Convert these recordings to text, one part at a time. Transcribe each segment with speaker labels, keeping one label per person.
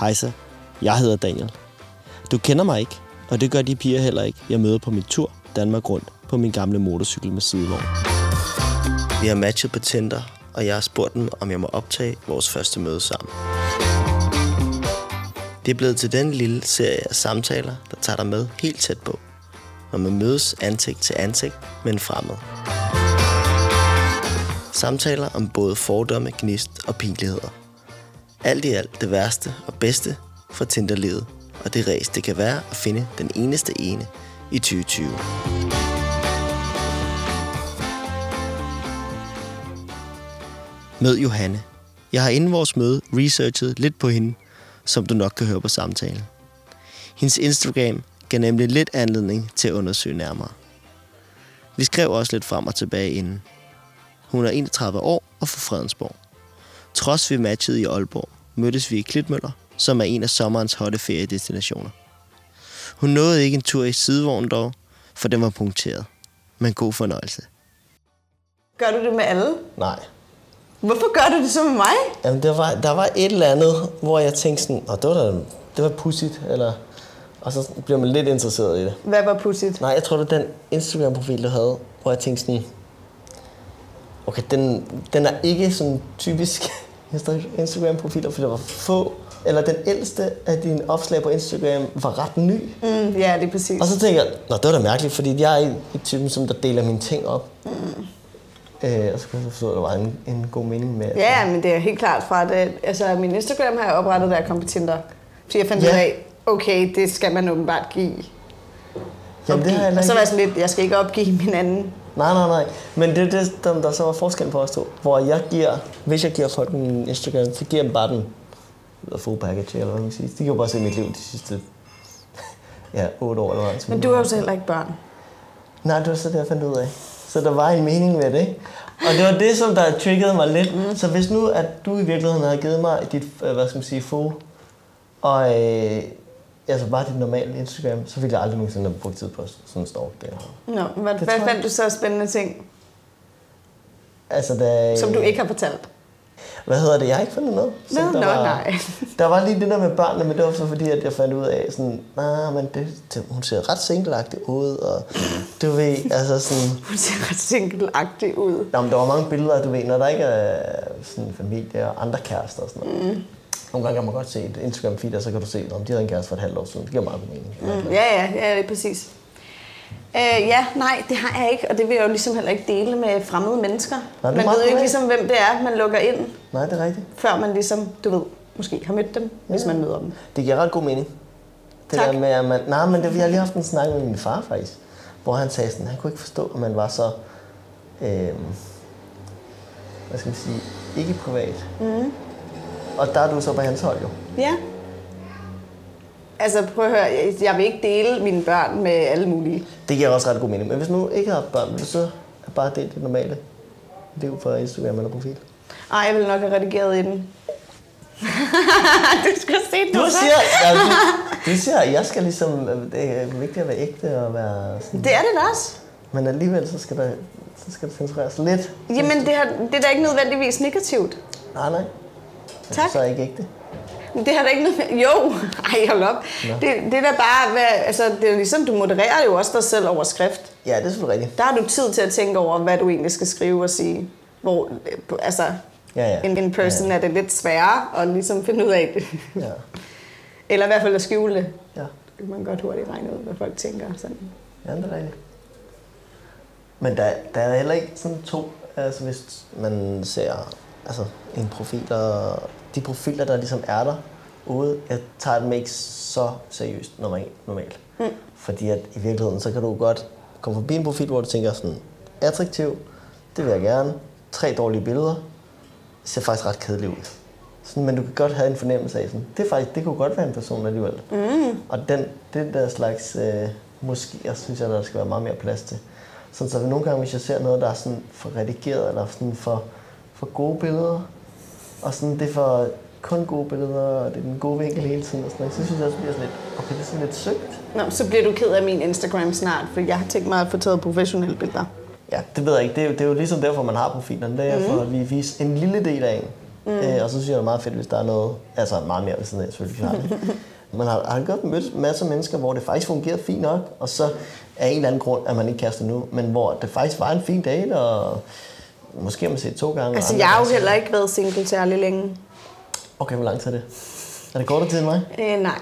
Speaker 1: Hejsa, jeg hedder Daniel. Du kender mig ikke, og det gør de piger heller ikke, jeg møder på min tur Danmark rundt på min gamle motorcykel med sidevogn. Vi har matchet på Tinder, og jeg har spurgt dem, om jeg må optage vores første møde sammen. Det er blevet til den lille serie af samtaler, der tager dig med helt tæt på. Når man mødes ansigt til ansigt med en fremmed. Samtaler om både fordomme, gnist og pinligheder. Alt i alt det værste og bedste fra Tinderlivet, og det ræs det kan være at finde den eneste ene i 2020. Mød Johanne. Jeg har inden vores møde researchet lidt på hende, som du nok kan høre på samtalen. Hendes Instagram gav nemlig lidt anledning til at undersøge nærmere. Vi skrev også lidt frem og tilbage inden. Hun er 31 år og fra Fredensborg. Trods vi matchede i Aalborg, mødtes vi i Klitmøller, som er en af sommerens hotte feriedestinationer. Hun nåede ikke en tur i sidevognen dog, for den var punkteret. Men god fornøjelse.
Speaker 2: Gør du det med alle?
Speaker 1: Nej,
Speaker 2: Hvorfor gør du det så med mig?
Speaker 1: Jamen, der var, der var et eller andet, hvor jeg tænkte sådan, og det var, da- det var pudsigt, eller... Og så bliver man lidt interesseret i det.
Speaker 2: Hvad var pudsigt?
Speaker 1: Nej, jeg tror, det var den Instagram-profil, du havde, hvor jeg tænkte sådan... Okay, den, den er ikke sådan typisk Insta- Instagram-profiler, for der var få. Eller den ældste af dine opslag på Instagram var ret ny.
Speaker 2: Mm, ja, det er præcis.
Speaker 1: Og så tænker jeg, nå, det var da mærkeligt, fordi jeg er ikke- ikke typen, som der deler mine ting op. Mm. Øh, og så kunne jeg så forstå, at der var en, en god mening med, at
Speaker 2: Ja, men det er helt klart fra det. Altså, min Instagram har jeg oprettet, da jeg kom på Tinder. Fordi jeg fandt
Speaker 1: Ja.
Speaker 2: ud af, okay, det skal man åbenbart give.
Speaker 1: Jamen, det har jeg
Speaker 2: opgive.
Speaker 1: heller
Speaker 2: og så
Speaker 1: ikke-
Speaker 2: var jeg sådan lidt, jeg skal ikke opgive min anden.
Speaker 1: Nej, nej, nej. Men det er det, der, der så var forskel på os to. Hvor jeg giver, hvis jeg giver folk min Instagram, så giver jeg dem bare den the full package, eller hvad man siger. De kan jo bare se mit liv de sidste ja, otte år eller hvad.
Speaker 2: Men du har jo så heller ikke børn.
Speaker 1: Nej, det var så det, jeg fandt ud af. Så der var en mening med det. Og det var det, som der triggede mig lidt. Mm. Så hvis nu, at du i virkeligheden havde givet mig dit, øh, hvad skal man sige, fo, og øh, altså bare dit normale Instagram, så ville jeg aldrig nogensinde have brugt tid på sådan en stalk der.
Speaker 2: Nå, hvad,
Speaker 1: Det
Speaker 2: hvad
Speaker 1: tror jeg
Speaker 2: fandt du så af spændende ting,
Speaker 1: Altså, da,
Speaker 2: som du ikke har fortalt?
Speaker 1: Hvad hedder det? Jeg har ikke fundet noget.
Speaker 2: Nå,
Speaker 1: som
Speaker 2: nå,
Speaker 1: der var,
Speaker 2: nej.
Speaker 1: Der var lige det der med børnene, men det var så fordi, at jeg fandt ud af, sådan, nej, men det, det, hun ser ret singelagtig ud, og
Speaker 2: Mhm.
Speaker 1: du ved, altså sådan...
Speaker 2: Hun ser ret singelagtig ud.
Speaker 1: Nå, men der var mange billeder, du ved, når der ikke er sådan familie og andre kærester og sådan noget.
Speaker 2: Mhm.
Speaker 1: Mm. Nogle gange kan man godt se et Instagram feed, og så kan du se, om de havde en kæreste for et halvt år siden. Det giver meget god mening.
Speaker 2: Mm, ja, ja, ja, det er præcis. Øh, ja, nej, det har jeg ikke, og det vil jeg jo ligesom heller ikke dele med fremmede mennesker.
Speaker 1: er
Speaker 2: man ved
Speaker 1: meget
Speaker 2: jo ikke
Speaker 1: privat.
Speaker 2: ligesom, hvem det er, man lukker ind,
Speaker 1: Nej, det er rigtigt.
Speaker 2: før man ligesom, du ved, måske har mødt dem, hvis man møder dem.
Speaker 1: Det giver ret god mening. Det
Speaker 2: Tak.
Speaker 1: der med, at man... Nej, men det, jeg har lige haft en snak med min far faktisk, hvor han sagde sådan, han kunne ikke forstå, at man var så... Øh, hvad skal man sige? Ikke privat. Mm. Og der er du så på hans hold jo.
Speaker 2: Ja. Altså, prøv at høre, jeg- jeg vil ikke dele mine børn med alle mulige.
Speaker 1: Det giver også ret god mening. Men hvis nu ikke har haft børn, vil du så bare dele det normale liv på Instagram eller profil?
Speaker 2: Ej, jeg ville nok have redigeret i den. du skulle se den.
Speaker 1: Du
Speaker 2: så.
Speaker 1: siger, ja, du, du siger, at jeg skal ligesom, øh, det er vigtigt at være ægte og være sådan.
Speaker 2: Det er det da også.
Speaker 1: Men alligevel, så skal der, så skal der censureres lidt.
Speaker 2: Jamen, det, har, det er da ikke nødvendigvis negativt.
Speaker 1: Nej, nej. Men
Speaker 2: Tak.
Speaker 1: Så er jeg ikke ægte.
Speaker 2: Men Det har da ikke noget... Jo, ej, hold op. Det, det er da bare... Hvad, altså, det er jo ligesom, du modererer jo også dig selv over skrift.
Speaker 1: Ja, det er selvfølgelig rigtigt.
Speaker 2: Der har du tid til at tænke over, hvad du egentlig skal skrive og sige. Hvor, øh, altså,
Speaker 1: Ja, ja.
Speaker 2: in, in person
Speaker 1: Ja,
Speaker 2: er det lidt sværere at ligesom finde ud af det.
Speaker 1: ja.
Speaker 2: Eller i hvert fald at skjule det.
Speaker 1: ja.
Speaker 2: Det kan man godt hurtigt regne ud, hvad folk tænker. Sådan.
Speaker 1: Ja, det er rigtigt. Men der, der er heller ikke sådan to, altså hvis man ser altså, en profil, og de profiler, der ligesom er der ude, jeg tager dem ikke så seriøst norma- normalt. Mm. Fordi at i virkeligheden, så kan du godt komme forbi en profil, hvor du tænker sådan, attraktiv, det vil jeg gerne, tre dårlige billeder, ser faktisk ret kedelig ud. Sådan, men du kan godt have en fornemmelse af, sådan, det, er faktisk, det kunne godt være en person alligevel. Mm. Og den, den der slags øh, måske, synes jeg, der skal være meget mere plads til. Sådan, så nogle gange, hvis jeg ser noget, der er sådan for redigeret, eller sådan for, for gode billeder, og sådan, det er for kun gode billeder, og det er den gode vinkel hele tiden, og sådan, noget, så synes jeg også, det bliver sådan lidt, okay, det er sådan lidt søgt.
Speaker 2: Nå, så bliver du ked af min Instagram snart, for jeg har tænkt mig at få taget professionelle billeder.
Speaker 1: Ja, det ved jeg ikke. Det er, jo, det er jo ligesom derfor, man har profilerne. Det er for at vi vise en lille del af en. Mm. Mm. Øh, og så synes jeg, det er meget fedt, hvis der er noget, altså meget mere ved siden af, selvfølgelig klart. ikke? Man har, har godt mødt masser af mennesker, hvor det faktisk fungerede fint nok, og så af en eller anden grund er man ikke kærester nu, men hvor det faktisk var en fin date, og måske har man set to gange. og
Speaker 2: Altså,
Speaker 1: andre
Speaker 2: jeg har jo
Speaker 1: gange-
Speaker 2: heller ikke været single særlig længe.
Speaker 1: Okay, hvor lang tid er det? Er det kortere tid end mig?
Speaker 2: Øh, nej.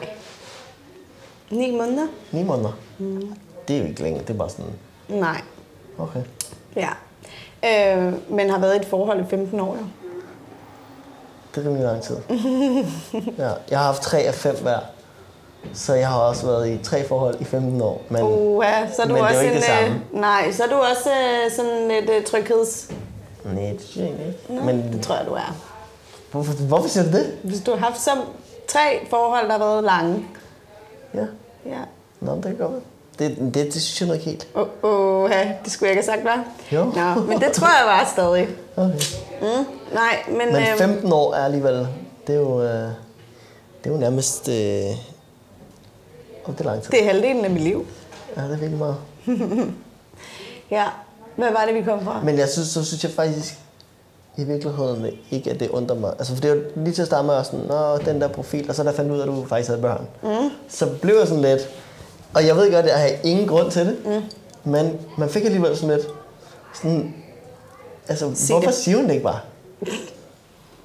Speaker 2: Ni måneder?
Speaker 1: 9 måneder? Mm. Det er jo ikke længe, det er bare sådan,
Speaker 2: Nej.
Speaker 1: okay.
Speaker 2: Ja. Øh, men har været i et forhold i 15 år, jo.
Speaker 1: Det er rimelig lang tid. ja, jeg har haft tre af fem hver. Så jeg har også været i tre forhold i 15 år. Men uh.
Speaker 2: Uha, så er du
Speaker 1: Men det er jo
Speaker 2: også
Speaker 1: ikke det
Speaker 2: en,
Speaker 1: samme.
Speaker 2: øh, nej, så er du også øh, sådan lidt øh, trygheds... Oh.
Speaker 1: nej, det synes jeg egentlig ikke. Men
Speaker 2: Det tror jeg, du er.
Speaker 1: hvorfor, hvorfor siger du det?
Speaker 2: Hvis du har haft så tre forhold, der har været lange.
Speaker 1: Ja,
Speaker 2: Ja.
Speaker 1: Nå, men det kan godt være. det, det, det synes jeg nok helt.
Speaker 2: Åh, oh, oh, det skulle jeg ikke have sagt, hva'?
Speaker 1: Jo.
Speaker 2: Nå, men det tror jeg var stadig.
Speaker 1: Okay.
Speaker 2: Mm, nej, men...
Speaker 1: Men
Speaker 2: øhm,
Speaker 1: 15 år er alligevel, det er jo, øh, det er jo nærmest, øh, oh, det er lang tid.
Speaker 2: Det er halvdelen af mit liv.
Speaker 1: Ja, det er virkelig meget.
Speaker 2: Ja. Hvad var det, vi kom fra?
Speaker 1: Men jeg synes, så synes jeg faktisk i virkeligheden ikke, at det undrer mig. Altså, for det er jo lige til at starte med, jeg var sådan, Nå, den der profil, og så da jeg fandt ud af, at du faktisk havde børn. Mm. Så blev jeg sådan lidt, og jeg ved godt, at jeg havde ingen grund til det, mm. men man fik alligevel sådan lidt, sådan, altså, Sig
Speaker 2: Sig
Speaker 1: hvorfor
Speaker 2: det.
Speaker 1: det. siger hun det ikke bare?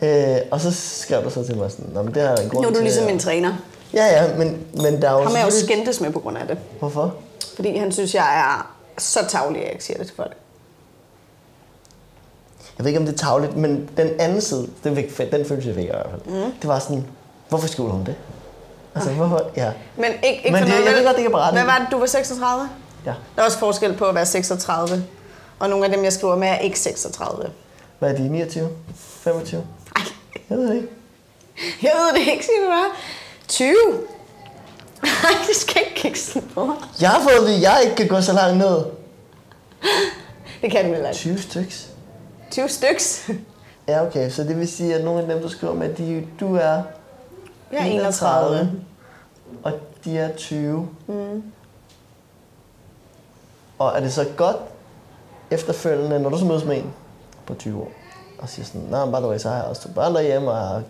Speaker 1: øh, og så skrev du så til mig sådan, Nå, men det har jeg en grund
Speaker 2: Nu er du
Speaker 1: til.
Speaker 2: ligesom
Speaker 1: og-
Speaker 2: en træner.
Speaker 1: Ja, ja, men, men der er jo...
Speaker 2: Ham er jeg jo
Speaker 1: selvfølgelig-
Speaker 2: skændtes med på grund af det.
Speaker 1: Hvorfor?
Speaker 2: Fordi han synes, jeg er så tavlig, at jeg ikke siger det til folk.
Speaker 1: Jeg ved ikke, om det er tavligt, men den anden side, det fik, den følelse jeg fik i hvert fald, mm. det var sådan, hvorfor skjuler hun det? Altså, hvorfor? Ja.
Speaker 2: Men ikke, ikke
Speaker 1: Men
Speaker 2: for
Speaker 1: det-
Speaker 2: noget
Speaker 1: jeg ved
Speaker 2: vel?
Speaker 1: godt, det kan berette.
Speaker 2: Hvad var det, du var 36?
Speaker 1: ja.
Speaker 2: Der er også forskel på at være 36. Og nogle af dem, jeg skriver med, er ikke 36.
Speaker 1: Hvad er de, 29? 25?
Speaker 2: Ej,
Speaker 1: Jeg ved det ikke.
Speaker 2: jeg ved det ikke, siger du bare. 20? Nej, du skal ikke kigge sådan på mig.
Speaker 1: Jeg har fået at vide, at jeg ikke kan gå så langt ned.
Speaker 2: Det kan du heller ikke.
Speaker 1: 20 styks.
Speaker 2: 20 styks.
Speaker 1: Ja, okay. Så det vil sige, at nogle af dem, du skriver med, de, du er
Speaker 2: Jeg er 31.
Speaker 1: og de er 20. Mm. Og er det så godt efterfølgende, når du så mødes med en på 20 år, og siger sådan, nej, bare du er, så har jeg også to børn derhjemme, og jeg har-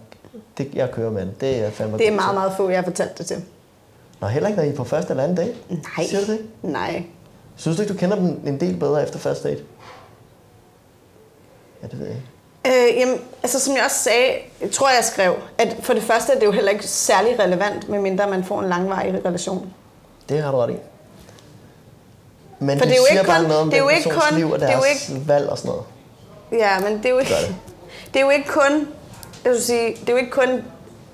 Speaker 1: det, jeg kører med det. Det er jeg fandme
Speaker 2: Det er
Speaker 1: god
Speaker 2: meget,
Speaker 1: til."
Speaker 2: meget få, jeg har fortalt det til.
Speaker 1: Nå, heller ikke, når I er på første eller anden date?
Speaker 2: Nej.
Speaker 1: Siger du det?
Speaker 2: Nej.
Speaker 1: Synes du ikke, du kender dem en del bedre efter første date? Ja, det ved jeg ikke.
Speaker 2: Øh, jamen, altså som jeg også sagde, jeg tror jeg skrev, at for det første er det jo heller ikke særlig relevant, medmindre man får en langvarig relation.
Speaker 1: Det har du ret i. Men
Speaker 2: For
Speaker 1: det,
Speaker 2: det er jo
Speaker 1: siger
Speaker 2: ikke
Speaker 1: bare
Speaker 2: kun-
Speaker 1: noget om
Speaker 2: det er
Speaker 1: den
Speaker 2: jo ikke
Speaker 1: persons
Speaker 2: kun-
Speaker 1: liv og
Speaker 2: det er jo
Speaker 1: deres valg og sådan noget.
Speaker 2: Ja, men det er jo ikke,
Speaker 1: Gør det.
Speaker 2: det er jo ikke kun, jeg vil sige, det er jo ikke kun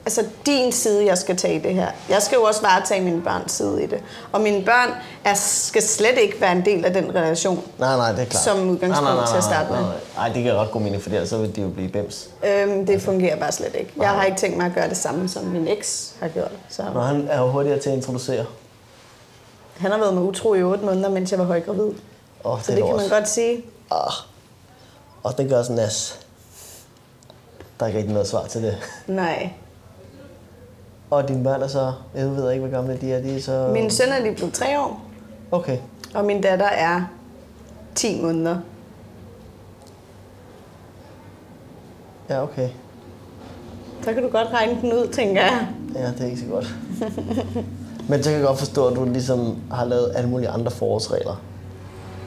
Speaker 2: altså din side, jeg skal tage i det her. Jeg skal jo også varetage mine børns side i det. Og mine børn er, skal slet ikke være en del af den relation.
Speaker 1: Nej, nej, det er klart.
Speaker 2: Som udgangspunkt
Speaker 1: Nej, nej, nej,
Speaker 2: til at starte
Speaker 1: nej,
Speaker 2: med.
Speaker 1: nej, nej. Nej, det giver ret god mening, for ellers så vil det jo blive bims.
Speaker 2: Øhm, det fungerer bare slet ikke. Jeg
Speaker 1: Nej.
Speaker 2: har ikke tænkt mig at gøre det samme, som min eks har gjort. Så.
Speaker 1: Nå, han er jo hurtigere til at introducere.
Speaker 2: Han har været med utro i 8 måneder, mens jeg var højgravid.
Speaker 1: Åh, oh, det,
Speaker 2: Så
Speaker 1: er det
Speaker 2: det kan man
Speaker 1: også.
Speaker 2: godt sige.
Speaker 1: Ah. Og det gør sådan nas. Der er ikke rigtig noget svar til det.
Speaker 2: Nej.
Speaker 1: Og dine børn er så... Jeg ved ikke, hvor gamle de er. De er så...
Speaker 2: Min søn er lige blevet tre år,
Speaker 1: Okay.
Speaker 2: og min datter er 10 måneder.
Speaker 1: Ja, okay.
Speaker 2: Så kan du godt regne den ud, tænker jeg.
Speaker 1: Ja, det er ikke så godt. Men så kan jeg godt forstå, at du ligesom har lavet alle mulige andre forholdsregler.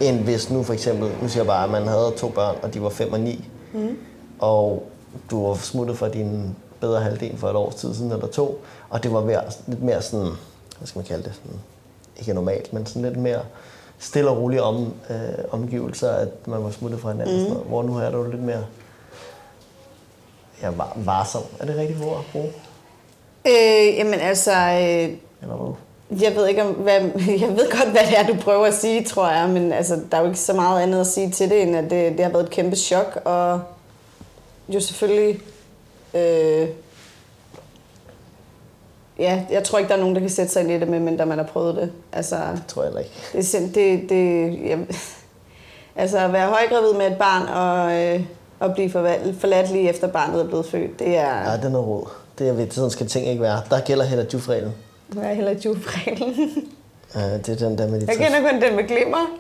Speaker 1: End hvis nu for eksempel, nu siger jeg bare, at man havde to børn, og de var 5 og 9. Mm. Og du var smuttet fra din bedre halvdel for et års tid siden eller to. Og det var mere, lidt mere sådan, hvad skal man kalde det, sådan, ikke normalt, men sådan lidt mere stille og roligt om, øh, omgivelser, at man var smuttet fra hinanden. Mm. Sådan noget, hvor nu er du lidt mere ja, var, varsom. Er det rigtigt ord at bruge?
Speaker 2: Øh, jamen altså, øh,
Speaker 1: Eller hvad?
Speaker 2: jeg ved ikke om, hvad, jeg ved godt, hvad det er, du prøver at sige, tror jeg, men altså, der er jo ikke så meget andet at sige til det, end at det, det har været et kæmpe chok, og jo selvfølgelig, øh, ja, jeg tror ikke, der er nogen, der kan sætte sig ind i det, medmindre man har prøvet det. Altså,
Speaker 1: tror jeg heller ikke.
Speaker 2: Det, er sind- det, det ja. altså at være højgravid med et barn og, øh, og blive forvalt, forladt lige efter barnet er blevet født, det er,
Speaker 1: Nej,
Speaker 2: ja.
Speaker 1: det er noget råd. Det er ved, sådan skal ting ikke være. Der gælder heller djufreglen.
Speaker 2: det er heller ikke jubreglen.
Speaker 1: Uh, det er den der med de
Speaker 2: Jeg
Speaker 1: tre.
Speaker 2: kender kun den med glimmer.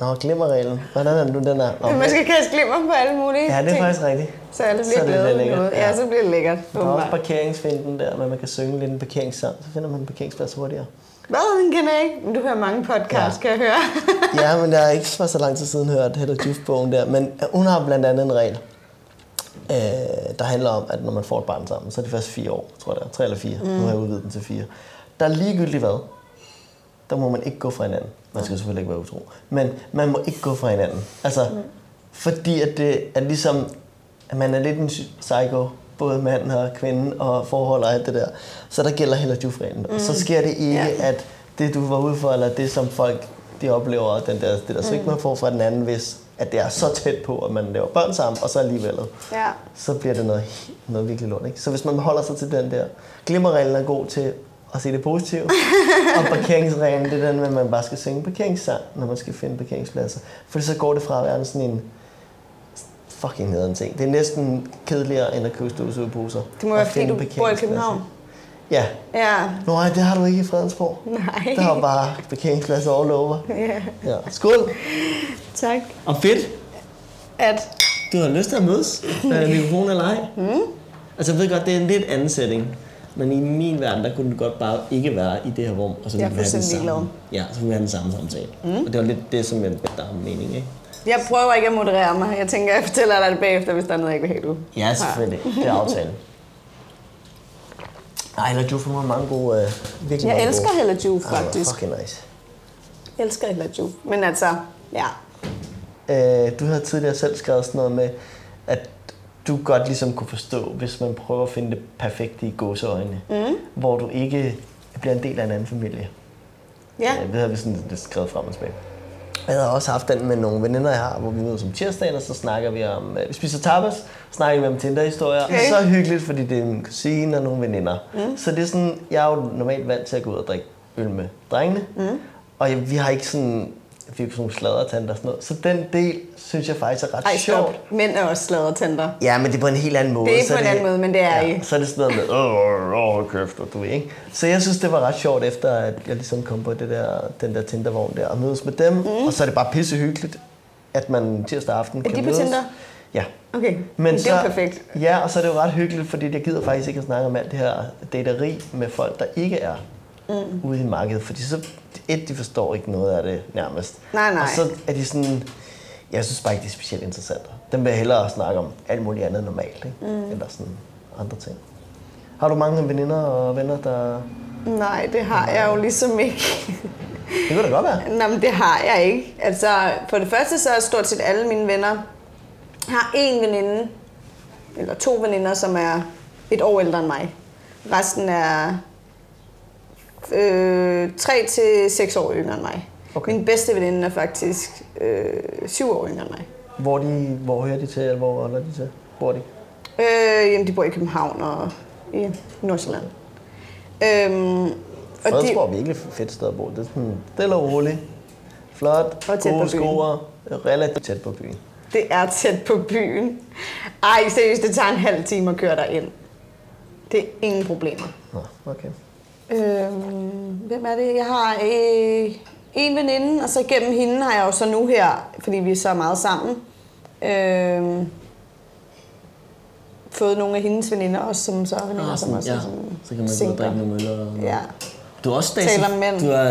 Speaker 1: Nå, glimmerreglen. Hvordan er den nu, den er? Nå,
Speaker 2: Man skal kaste glimmer på alle mulige
Speaker 1: ja, det er
Speaker 2: ting.
Speaker 1: faktisk rigtigt.
Speaker 2: Så alle
Speaker 1: så
Speaker 2: bliver
Speaker 1: er det
Speaker 2: glade
Speaker 1: lidt
Speaker 2: det
Speaker 1: lækkert,
Speaker 2: noget. Ja.
Speaker 1: ja.
Speaker 2: ja, så bliver det lækkert.
Speaker 1: Der er også
Speaker 2: åbenbart.
Speaker 1: parkeringsfinden der, hvor man kan synge lidt en parkeringssang, så finder man en parkeringsplads hurtigere.
Speaker 2: Hvad, den kender jeg ikke? Men Du hører mange podcasts, ja.
Speaker 1: Ja.
Speaker 2: kan jeg høre.
Speaker 1: Ja, men jeg har ikke for så lang tid siden hørt Hedda Juf-bogen der, men øh, hun har blandt andet en regel, øh, der handler om, at når man får et barn sammen, så er det først fire år, tror jeg det er. Tre eller fire. Mm. Nu har jeg udvidet den til fire. Der er ligegyldigt hvad, der må man ikke gå fra hinanden. Man skal selvfølgelig ikke være utro. Men man må ikke gå fra hinanden. Altså, mm. fordi at det er ligesom, at man er lidt en psy- psycho, både mand og kvinde og forhold og alt det der. Så der gælder heller jufreglen. Mm. Og så sker det ikke,
Speaker 2: Ja.
Speaker 1: ja. at det du var ude for, eller det som folk de oplever, den der, det der svigt man får fra den anden, hvis at det er så tæt på, at man laver børn sammen, og så alligevel
Speaker 2: ja.
Speaker 1: så bliver det noget, he- noget virkelig lort. Ikke? Så hvis man holder sig til den der, glimmerreglen er god til at se det positive, og parkeringsreglen, det er den med, at man bare skal synge parkeringssang, når man skal finde parkeringspladser. For så går det fra at være sådan en fucking nederen ting. Det er næsten kedeligere end at købe støvsugeposer.
Speaker 2: Det må
Speaker 1: og
Speaker 2: være, fordi
Speaker 1: finde
Speaker 2: du bor i
Speaker 1: parkeringspladser.
Speaker 2: København.
Speaker 1: Ja.
Speaker 2: Ja,
Speaker 1: Nå, ej, det har du ikke i Fredensborg.
Speaker 2: nej.
Speaker 1: Der er bare parkeringspladser all over.
Speaker 2: Ja.
Speaker 1: Ja. Skål!
Speaker 2: Tak.
Speaker 1: Og fedt!
Speaker 2: At,
Speaker 1: Du har lyst til at mødes? Øh, mikrofon eller ej?
Speaker 2: Hmm?
Speaker 1: Mm. Altså, jeg ved godt, det er en lidt anden setting. Men i min verden, der kunne du godt bare ikke være i det her rum, og så
Speaker 2: Jeg er
Speaker 1: ville vi have den
Speaker 2: fuldstændig ligeglad. Hmm?
Speaker 1: samme. Ja, så ville vi have den samme samtale. Mm. Og det var lidt det, som jeg der har mening, ikke?
Speaker 2: jeg prøver ikke at moderere mig. Jeg tænker, jeg fortæller dig det bagefter, hvis der er noget, jeg ikke vil have, du.
Speaker 1: Ja, selvfølgelig. Det er aftalen. Ej, eller du får mange gode, øh, virkelig
Speaker 2: Jeg
Speaker 1: mange
Speaker 2: elsker
Speaker 1: gode.
Speaker 2: Hella Juve,
Speaker 1: Ej, hvor
Speaker 2: faktisk.
Speaker 1: Fucking nice.
Speaker 2: Jeg elsker Hella Juve. Men altså, ja.
Speaker 1: Øh, du har tidligere selv skrevet sådan noget med, at du godt ligesom kunne forstå, hvis man prøver at finde det perfekte i gåseøjne. Mm. Hvor du ikke bliver en del af en anden familie.
Speaker 2: Ja,
Speaker 1: Ja. Det Øh, havde vi sådan lidt skrevet frem og tilbage. Jeg har også haft den med nogle veninder, jeg har, hvor vi mødes om tirsdagen, og så snakker vi om, øh, vi spiser tapas, snakker vi om Tinder-historier. Okay.
Speaker 2: Okay.
Speaker 1: Det er så hyggeligt, fordi det er min kusine og nogle veninder. Mm. Så det er sådan, jeg er jo normalt vant til at gå ud og drikke øl med drengene, mm. og jeg, vi har ikke sådan, vi har ikke sådan nogle sladdertanter og sådan noget. Så den del, synes jeg faktisk er ret
Speaker 2: ej,
Speaker 1: sjovt.
Speaker 2: stop. Mænd er også sladdertænder.
Speaker 1: Ja, men det er på en helt anden måde.
Speaker 2: Det er
Speaker 1: så
Speaker 2: på en anden måde, men det er I.
Speaker 1: Så er det sådan noget med, åh, åh, åh, kæft, og du ved, ikke? Så jeg synes, det var ret sjovt, efter at jeg ligesom kom på det der, den der Tindervogn der, og mødes med dem. Mm. Og så er det bare pissehyggeligt, at man tirsdag aften
Speaker 2: Er
Speaker 1: kan
Speaker 2: de på
Speaker 1: mødes.
Speaker 2: Tinder?
Speaker 1: Ja.
Speaker 2: Okay,
Speaker 1: Men
Speaker 2: men det
Speaker 1: så,
Speaker 2: er jo perfekt.
Speaker 1: Ja, og så er det jo ret hyggeligt, fordi jeg gider faktisk ikke at snakke om alt det her dateri med folk, der ikke er mm. ude i markedet. Fordi så, et, de forstår ikke noget af det nærmest.
Speaker 2: Nej, nej.
Speaker 1: Og så er de sådan, jeg synes bare ikke, de er specielt interessante. Dem vil jeg hellere snakke om alt muligt andet normalt, ikke? Mm. Eller sådan andre ting. Har du mange veninder og venner, der...
Speaker 2: Nej, det har jeg jo ligesom ikke.
Speaker 1: Det kunne da godt være.
Speaker 2: Nå, men det har jeg ikke. Altså, for det første så er stort set alle mine venner har en veninde, eller to veninder, som er et år ældre end mig. Resten er øh, tre til seks år yngre end mig.
Speaker 1: Okay.
Speaker 2: Okay. Min bedste veninde er faktisk øh, syv år yngre end mig.
Speaker 1: Hvor, de, hvor hører de til, eller hvor holder de til? Bor de?
Speaker 2: Øh, jamen, de bor i København og i Nordsjælland. Øhm, og de,
Speaker 1: Fredensborg er virkelig et fedt sted at bo. Det er sådan stille og roligt. Flot,
Speaker 2: Og tæt på
Speaker 1: gode
Speaker 2: byen.
Speaker 1: skoer, relativt tæt på byen.
Speaker 2: det er tæt på byen. Ej, seriøst, det tager en halv time at køre derind. Det er ingen problemer.
Speaker 1: Nå, okay.
Speaker 2: Øhm, hvem er det? Jeg har øh, en veninde, og så gennem hende har jeg jo så nu her, fordi vi er så meget sammen, øh, fået nogle af hendes veninder også, som så er veninder, som også er sådan
Speaker 1: Så kan man gå
Speaker 2: singler.
Speaker 1: og drikke nogle øl og...
Speaker 2: Ja.
Speaker 1: Du er også
Speaker 2: Stasi. Taler om mænd. Du
Speaker 1: er...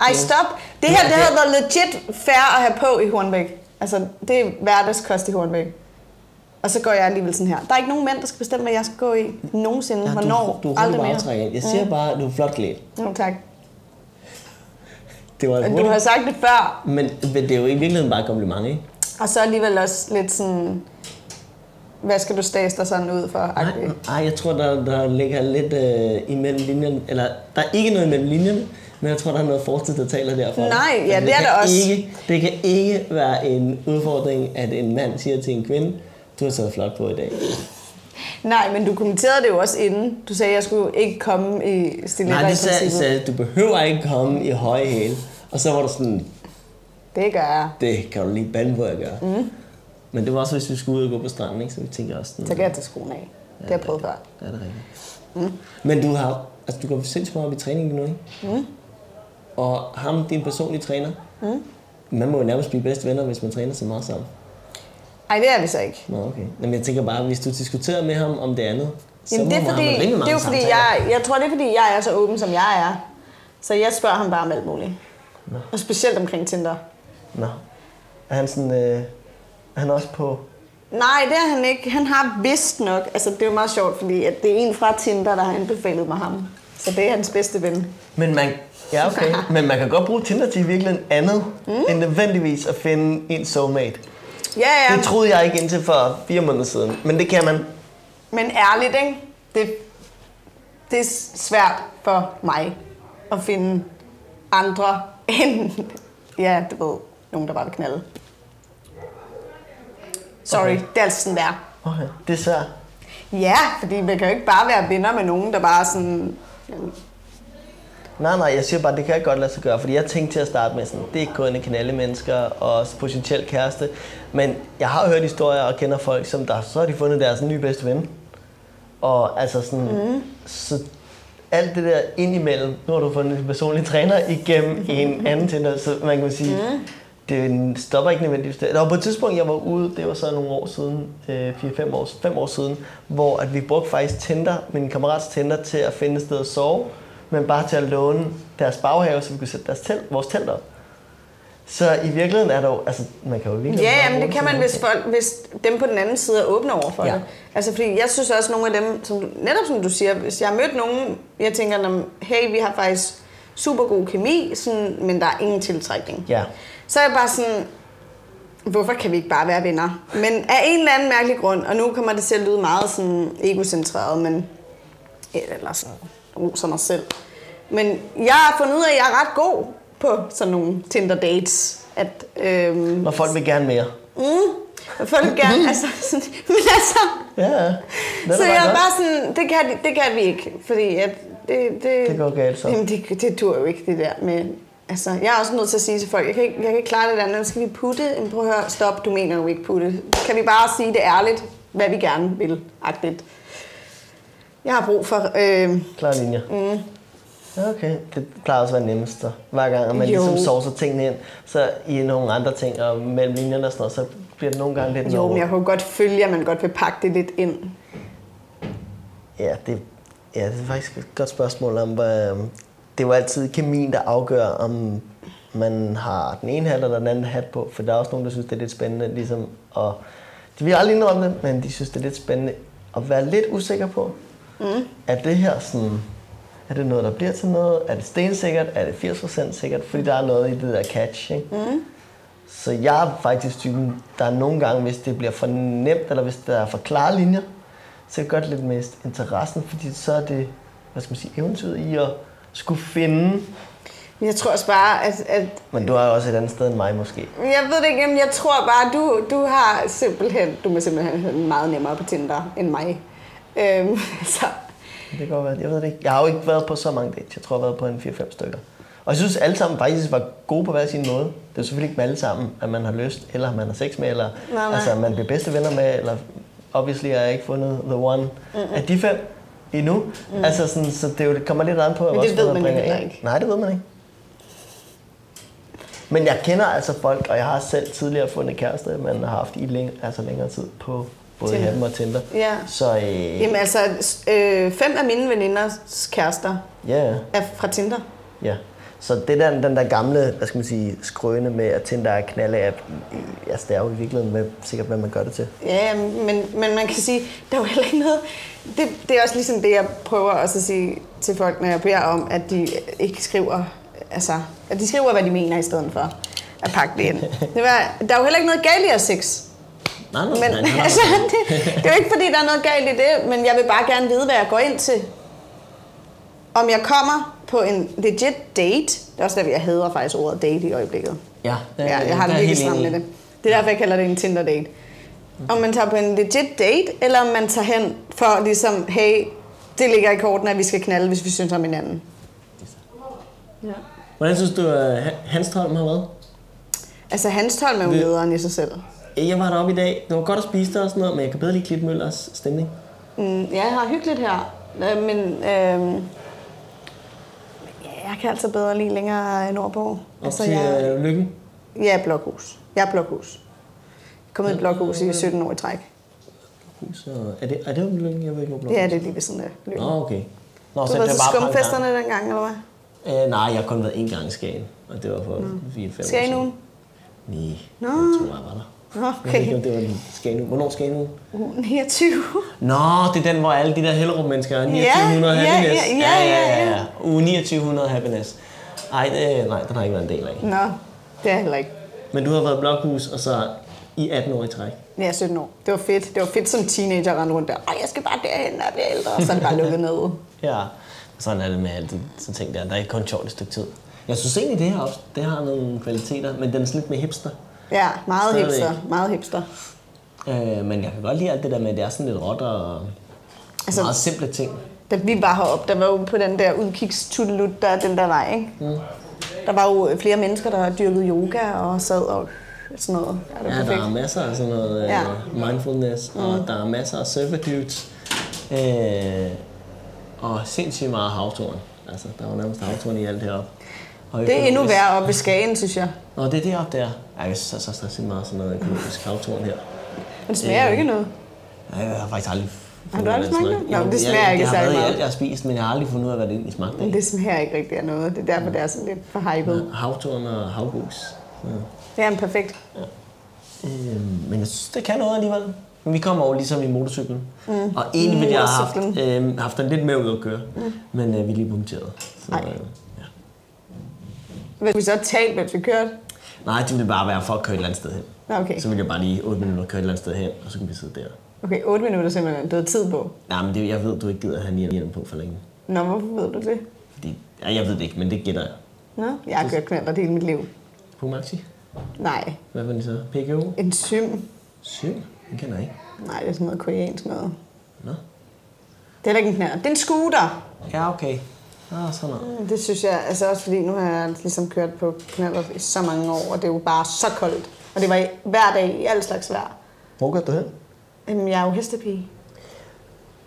Speaker 2: Ej, stop! Det her, det havde været legit fair at have på i Hornbæk. Altså, det er hverdagskost i Hornbæk. Og så går jeg alligevel sådan her. Der er ikke nogen mænd, der skal bestemme, hvad jeg skal gå i. Nogensinde. Ja, Hvornår. Aldrig mere.
Speaker 1: Jeg siger bare, du er flot klædt.
Speaker 2: Jo, tak.
Speaker 1: Det var
Speaker 2: Du har sagt det før.
Speaker 1: Men, men det er jo i virkeligheden bare et kompliment, ikke?
Speaker 2: Og så alligevel også lidt sådan, hvad skal du stase dig sådan ud for?
Speaker 3: Nej,
Speaker 2: agtigt.
Speaker 3: nej, jeg tror, der, der ligger lidt øh, imellem linjen. Eller, der er ikke noget imellem linjerne, men jeg tror, der er noget fortid, der taler derfor.
Speaker 2: Nej, ja,
Speaker 3: Altså,
Speaker 2: det er
Speaker 3: kan
Speaker 2: der også.
Speaker 3: Ikke, det kan ikke være en udfordring, at en mand siger til en kvinde, du har taget flot på i dag.
Speaker 2: Nej, men du kommenterede det jo også inden. Du sagde, at jeg skulle ikke komme i stiletter
Speaker 3: Nej,
Speaker 2: i
Speaker 3: det sagde,
Speaker 2: princippet.
Speaker 3: sagde, du behøver ikke komme i høje hæle. Og så var du sådan,
Speaker 2: Det gør jeg.
Speaker 3: det kan du lige bande på at gøre.
Speaker 2: Mhm.
Speaker 3: Mm. Men det var også, hvis vi skulle ud og gå på stranden, ikke? så vi tænker også sådan,
Speaker 2: Så kan jeg tage skoen af. Det har jeg prøvet før.
Speaker 3: Ja, det er rigtigt. Mm. Men du har, altså du går sindssygt meget op i træning nu, ikke? Mm. Og ham, din personlige træner, mm. man må jo nærmest blive bedste venner, hvis man træner så meget sammen.
Speaker 2: Ej, det er vi så ikke.
Speaker 3: Nå, okay. Jamen, jeg tænker bare, hvis du diskuterer med ham om det andet, så
Speaker 2: Jamen, det er
Speaker 3: må
Speaker 2: fordi,
Speaker 3: man rimelig
Speaker 2: det er
Speaker 3: mange
Speaker 2: jo fordi
Speaker 3: samtaler.
Speaker 2: jeg, jeg tror, det er fordi, jeg er så åben, som jeg er. Så jeg spørger ham bare om alt muligt. Og specielt omkring Tinder.
Speaker 1: Nå. Er han sådan... Øh, er han også på...
Speaker 2: Nej, det er han ikke. Han har vist nok. Altså, det er jo meget sjovt, fordi at det er en fra Tinder, der har anbefalet mig ham. Så det er hans bedste ven.
Speaker 1: Men man, ja, okay. Men man kan godt bruge Tinder til virkelig andet, mm. end nødvendigvis at finde en soulmate.
Speaker 2: Ja, ja.
Speaker 1: Det troede jeg ikke indtil for fire måneder siden, men det kan man.
Speaker 2: Men ærligt, ikke? Det, det er svært for mig at finde andre end, ja, du ved, nogen, der bare vil knalde. Sorry,
Speaker 1: Okay.
Speaker 2: okay. det er altså sådan, der.
Speaker 1: Okay. Det er svært.
Speaker 2: Ja, fordi man kan jo ikke bare være venner med nogen, der bare er sådan...
Speaker 1: Nej, nej, jeg siger bare, det kan jeg godt lade sig gøre, fordi jeg tænkte til at starte med sådan, det er ikke kun en knalde mennesker og potentielt kæreste, men jeg har hørt historier og kender folk, som der, så har de fundet deres nye bedste ven. Og altså sådan,
Speaker 2: Mhm.
Speaker 1: mm. så alt det der indimellem, nu har du fundet en personlig træner
Speaker 2: Mhm.
Speaker 1: igennem en anden Tinder, så man kan sige, mm. det er en- stopper ikke nødvendigvis. Der var på et tidspunkt, jeg var ude, det var så nogle år siden, øh, 4-5 år, 5 år siden, hvor at vi brugte faktisk Tinder, min kammerats Tinder, til at finde et sted at sove, men bare til at låne deres baghave, så vi kunne sætte deres telt, vores telt op. Så i virkeligheden er der jo, altså man kan jo virkelig...
Speaker 2: Ja,
Speaker 1: bare
Speaker 2: jamen, det
Speaker 1: bruge
Speaker 2: kan man,
Speaker 1: Tinder
Speaker 2: hvis,
Speaker 1: til-
Speaker 2: folk, hvis dem på den anden side er åbne over for
Speaker 1: Ja.
Speaker 2: ja. det. Altså, fordi jeg synes også, nogle af dem, som, du- netop som du siger, hvis jeg har mødt nogen, jeg tænker, "Nå, men, hey, vi har faktisk super god kemi, sådan, men der er ingen tiltrækning.
Speaker 1: Ja.
Speaker 2: Så er jeg bare sådan, hvorfor kan vi ikke bare være venner? Men af en eller anden mærkelig grund, og nu kommer det til at lyde meget sådan egocentreret, men eller sådan roser mig selv. Men jeg har fundet ud af, at jeg er ret god på sådan nogle Tinder dates. At, øhm,
Speaker 1: Når folk vil gerne mere.
Speaker 2: mm, folk gerne, altså, sådan, men altså,
Speaker 1: Ja, ja. Det er
Speaker 2: så
Speaker 1: da
Speaker 2: jeg er
Speaker 1: godt.
Speaker 2: bare sådan, det kan, de- det kan vi ikke, fordi at det, det,
Speaker 1: Det går galt, så.
Speaker 2: Jamen, det, det dur jo ikke, det der med, altså, jeg er også nødt til at sige til folk, jeg kan ikke, jeg kan ikke klare det der, nu skal vi putte, Jamen, prøv at høre, stop, du mener jo ikke putte, kan vi bare sige det ærligt, hvad vi gerne vil, agtigt. Jeg har brug for, øh,
Speaker 1: Klare linjer. Mm. Okay, det plejer også at være nemmest, så. hver gang at man
Speaker 2: Jo.
Speaker 1: ligesom sovser tingene ind, så i nogle andre ting, og mellem linjerne og sådan noget, så bliver det nogle gange lidt
Speaker 2: jo, men
Speaker 1: noget.
Speaker 2: jeg kunne godt følge, at man godt vil pakke det lidt ind.
Speaker 1: Ja, det, ja, det er faktisk et godt spørgsmål om, hvad, øhm, det er jo altid kemien, der afgør, om man har den ene hat eller den anden hat på, for der er også nogen, der synes, det er lidt spændende, ligesom, og de vil aldrig indrømme det, men de synes, det er lidt spændende at være lidt usikker på, mm. er det her sådan, er det noget, der bliver til noget, er det stensikkert, er det 80% sikkert, fordi der er noget i det der catch, ikke? Mm. Så jeg er faktisk typen, der er nogle gange, hvis det bliver for nemt, eller hvis der er for klare linjer, så kan jeg godt lidt mest interessen, fordi så er det, hvad skal man sige, eventyret i at skulle finde.
Speaker 2: Men Jeg tror også bare, at, at
Speaker 1: Men du er jo også et andet sted end mig måske.
Speaker 2: Jeg ved det ikke, men jeg tror bare, du, du har simpelthen, du må simpelthen have den meget nemmere på Tinder end mig. Øhm, så.
Speaker 1: Det kan godt være, jeg ved det ikke. Jeg har jo ikke været på så mange dates. Jeg tror, jeg har været på en 4-5 stykker. Og jeg synes, alle sammen faktisk var gode på hver sin måde. Det er jo selvfølgelig ikke med alle sammen, at man har lyst, eller man har sex med, eller
Speaker 2: Nej, nej.
Speaker 1: altså, at man bliver bedste venner med, eller obviously har jeg ikke fundet the one mm af de fem endnu. Mm. Altså sådan, så det, er jo, det kommer lidt an på,
Speaker 2: det
Speaker 1: også,
Speaker 2: ved
Speaker 1: hvad
Speaker 2: man jo
Speaker 1: bringer
Speaker 2: heller
Speaker 1: ind.
Speaker 2: ikke.
Speaker 1: Nej, det ved man ikke. Men jeg kender altså folk, og jeg har selv tidligere fundet kærester, man har haft i læng- altså længere tid på både
Speaker 2: Tinder.
Speaker 1: Happen og Tinder.
Speaker 2: Ja.
Speaker 1: Så øh,
Speaker 2: Jamen altså, øh, fem af mine veninders kærester
Speaker 1: ja, yeah.
Speaker 2: er fra Tinder.
Speaker 1: Ja. Så det der, den der gamle, hvad skal man sige, skrøne med at Tinder er knalde-app, øh, altså det er jo i virkeligheden med, sikkert, hvad man gør det til.
Speaker 2: Ja, men, men man kan sige, der er jo heller ikke noget... Det, det er også ligesom det, jeg prøver også at sige til folk, når jeg beder om, at de ikke skriver... Altså, at de skriver, hvad de mener i stedet for at pakke det ind. Det var, der er jo heller ikke noget galt i at have sex.
Speaker 3: Nej, nej, nej,
Speaker 2: Men
Speaker 3: nej, nej.
Speaker 2: altså, det, det er jo ikke fordi, der er noget galt i det, men jeg vil bare gerne vide, hvad jeg går ind til. Om jeg kommer på en legit date, det er også derfor, jeg hader faktisk ordet date i øjeblikket.
Speaker 3: Ja,
Speaker 2: Ja, jeg har det virkelig stramt med det. Det er derfor, jeg kalder det en Tinder date. Om man tager på en legit date, eller om man tager hen for ligesom, hey, det ligger i korten, at vi skal knalde, hvis vi synes om hinanden.
Speaker 3: Hvordan synes du,
Speaker 1: øh,
Speaker 3: at Hanstholm har været?
Speaker 2: Altså, hans tolv er jo
Speaker 3: Det-
Speaker 2: lederen i sig selv.
Speaker 3: Jeg var deroppe i dag. Det var godt at spise der og sådan noget, men jeg kan bedre lide Klip Møllers stemning.
Speaker 2: Mm, ja, jeg har hyggeligt her, øh, men øh, ja, jeg kan altså bedre lige længere nordpå.
Speaker 3: Op til
Speaker 2: jeg,
Speaker 3: øh, lykken.
Speaker 2: Jeg er blokhus. Jeg er blokhus. Jeg er kommet i blokhus
Speaker 1: øh,
Speaker 2: i 17 år i træk.
Speaker 1: Hus og... Er det, er det jo Lyng? Jeg ved ikke, hvor blot.
Speaker 2: Ja, det er lige ved siden af løbet.
Speaker 1: Nå, okay.
Speaker 4: Nå,
Speaker 2: Du
Speaker 4: det
Speaker 2: var til
Speaker 4: var bare
Speaker 2: skumfesterne dengang, eller hvad?
Speaker 1: Øh, nej, jeg har kun været én gang i Skagen, og det var for 4-5 år
Speaker 2: Skal I nu?
Speaker 1: Nej,
Speaker 2: Mm.
Speaker 1: jeg
Speaker 2: Nå.
Speaker 1: tror, jeg var der.
Speaker 2: Nå,
Speaker 1: Jeg ved ikke,
Speaker 2: okay.
Speaker 1: om det var den Skagen nu. Hvornår Skagen nu?
Speaker 2: Uh, 29.
Speaker 1: Nå, det er den, hvor alle de der Hellerup-mennesker er 2900
Speaker 2: 2900 ja,
Speaker 1: happiness.
Speaker 2: happiness. ja, ja, ja, ja.
Speaker 1: Uge 2900 happiness. Ej, det, nej, den har jeg ikke været en del af.
Speaker 2: Nå, det er heller ikke.
Speaker 1: Men du har været blokhus, og så i 18 år i træk.
Speaker 2: Ja, 17 år. Det var fedt. Det var fedt som teenager at rende rundt der. Ej, jeg skal bare derhen, når jeg bliver ældre. Og så er det bare lukket ned.
Speaker 1: Ja, sådan er det med alt det, så ting der. Der er kun sjovt et stykke tid. Jeg synes egentlig, det her, også- det har nogle kvaliteter, men den er sådan lidt med hipster.
Speaker 2: Ja, meget
Speaker 1: Stadigvæk.
Speaker 2: hipster. Meget hipster.
Speaker 1: Øh, men jeg kan godt lide alt det der med, at det er sådan lidt råt og altså,
Speaker 2: Altså-
Speaker 1: meget simple ting.
Speaker 2: Da vi var heroppe, der var jo på den der udkigstudelut, der er den der vej, ikke? Mm. Der var jo flere mennesker, der dyrkede yoga og sad og sådan noget. Ja, det
Speaker 1: Ja,
Speaker 2: var
Speaker 1: der er
Speaker 2: perfekt.
Speaker 1: masser af sådan noget ja.
Speaker 2: Ja.
Speaker 1: mindfulness, mm. og der er masser af surfer dudes. Øh, og sindssygt meget havtorn. Altså, der er jo nærmest havtorn i alt heroppe. Og
Speaker 2: Det er endnu
Speaker 1: økologisk-
Speaker 2: værre oppe i Skagen, synes jeg.
Speaker 1: Nå, det er deroppe der. Ej, jeg synes også, der er sindssygt meget sådan noget økologisk havtorn her.
Speaker 2: Men det smager jo ikke noget.
Speaker 1: Ej, jeg har faktisk aldrig
Speaker 2: Har du
Speaker 1: ud af,
Speaker 2: aldrig
Speaker 1: hvad
Speaker 2: smagt
Speaker 1: smagte.
Speaker 2: det? Nå,
Speaker 1: Jo,
Speaker 2: men det
Speaker 1: jeg-
Speaker 2: smager ikke
Speaker 1: det har
Speaker 2: særlig
Speaker 1: været i
Speaker 2: meget.
Speaker 1: alt, jeg har spist, men jeg har aldrig fundet ud af, hvad det egentlig smagte.
Speaker 2: Men det smager ikke rigtig af noget. Det er
Speaker 1: Mm.
Speaker 2: derfor, det er sådan lidt for hypet.
Speaker 1: Havtorn og havgus.
Speaker 2: Det er en perfekt.
Speaker 1: Øhm, men jeg synes, det kan noget alligevel. Men vi kommer over ligesom i motorcyklen. Mm. Og egentlig ville jeg have haft, øh, haft den lidt med ud at køre. Mm. Men øh, vi er lige punkteret. Så,
Speaker 2: Ej.
Speaker 1: øh, ja.
Speaker 2: Hvis vi så talte, mens vi kørte.
Speaker 1: Nej, det ville bare være for at køre et eller andet sted hen.
Speaker 2: Nå, Okay.
Speaker 1: Så ville jeg bare lige 8 minutter køre et eller andet sted hen, og så kunne vi sidde der.
Speaker 2: Okay, 8 minutter simpelthen. Det er tid på.
Speaker 1: Nej, men det, jeg ved, du ikke gider at have en hjelm på for længe.
Speaker 2: Nå, hvorfor ved du det?
Speaker 1: Fordi, ja, jeg ved det ikke, men det gætter jeg.
Speaker 2: Nå, jeg har kørt knaldret hele mit liv.
Speaker 1: På Maxi?
Speaker 2: Nej.
Speaker 1: Hvad var det så? PGO?
Speaker 2: En sym?
Speaker 1: Syv? Den kender jeg ikke.
Speaker 2: Nej, det er sådan noget koreansk noget.
Speaker 1: Nå.
Speaker 2: Det er da ikke en knallert. Det er en scooter.
Speaker 1: Ja, okay. Ah, sådan noget.
Speaker 2: Det synes jeg, altså også fordi nu har jeg ligesom kørt på knallert i så mange år, og det er jo bare så koldt. Og det var i, hver dag i alt slags vejr.
Speaker 4: Hvor gør du hen?
Speaker 2: Jamen, jeg er jo hestepige.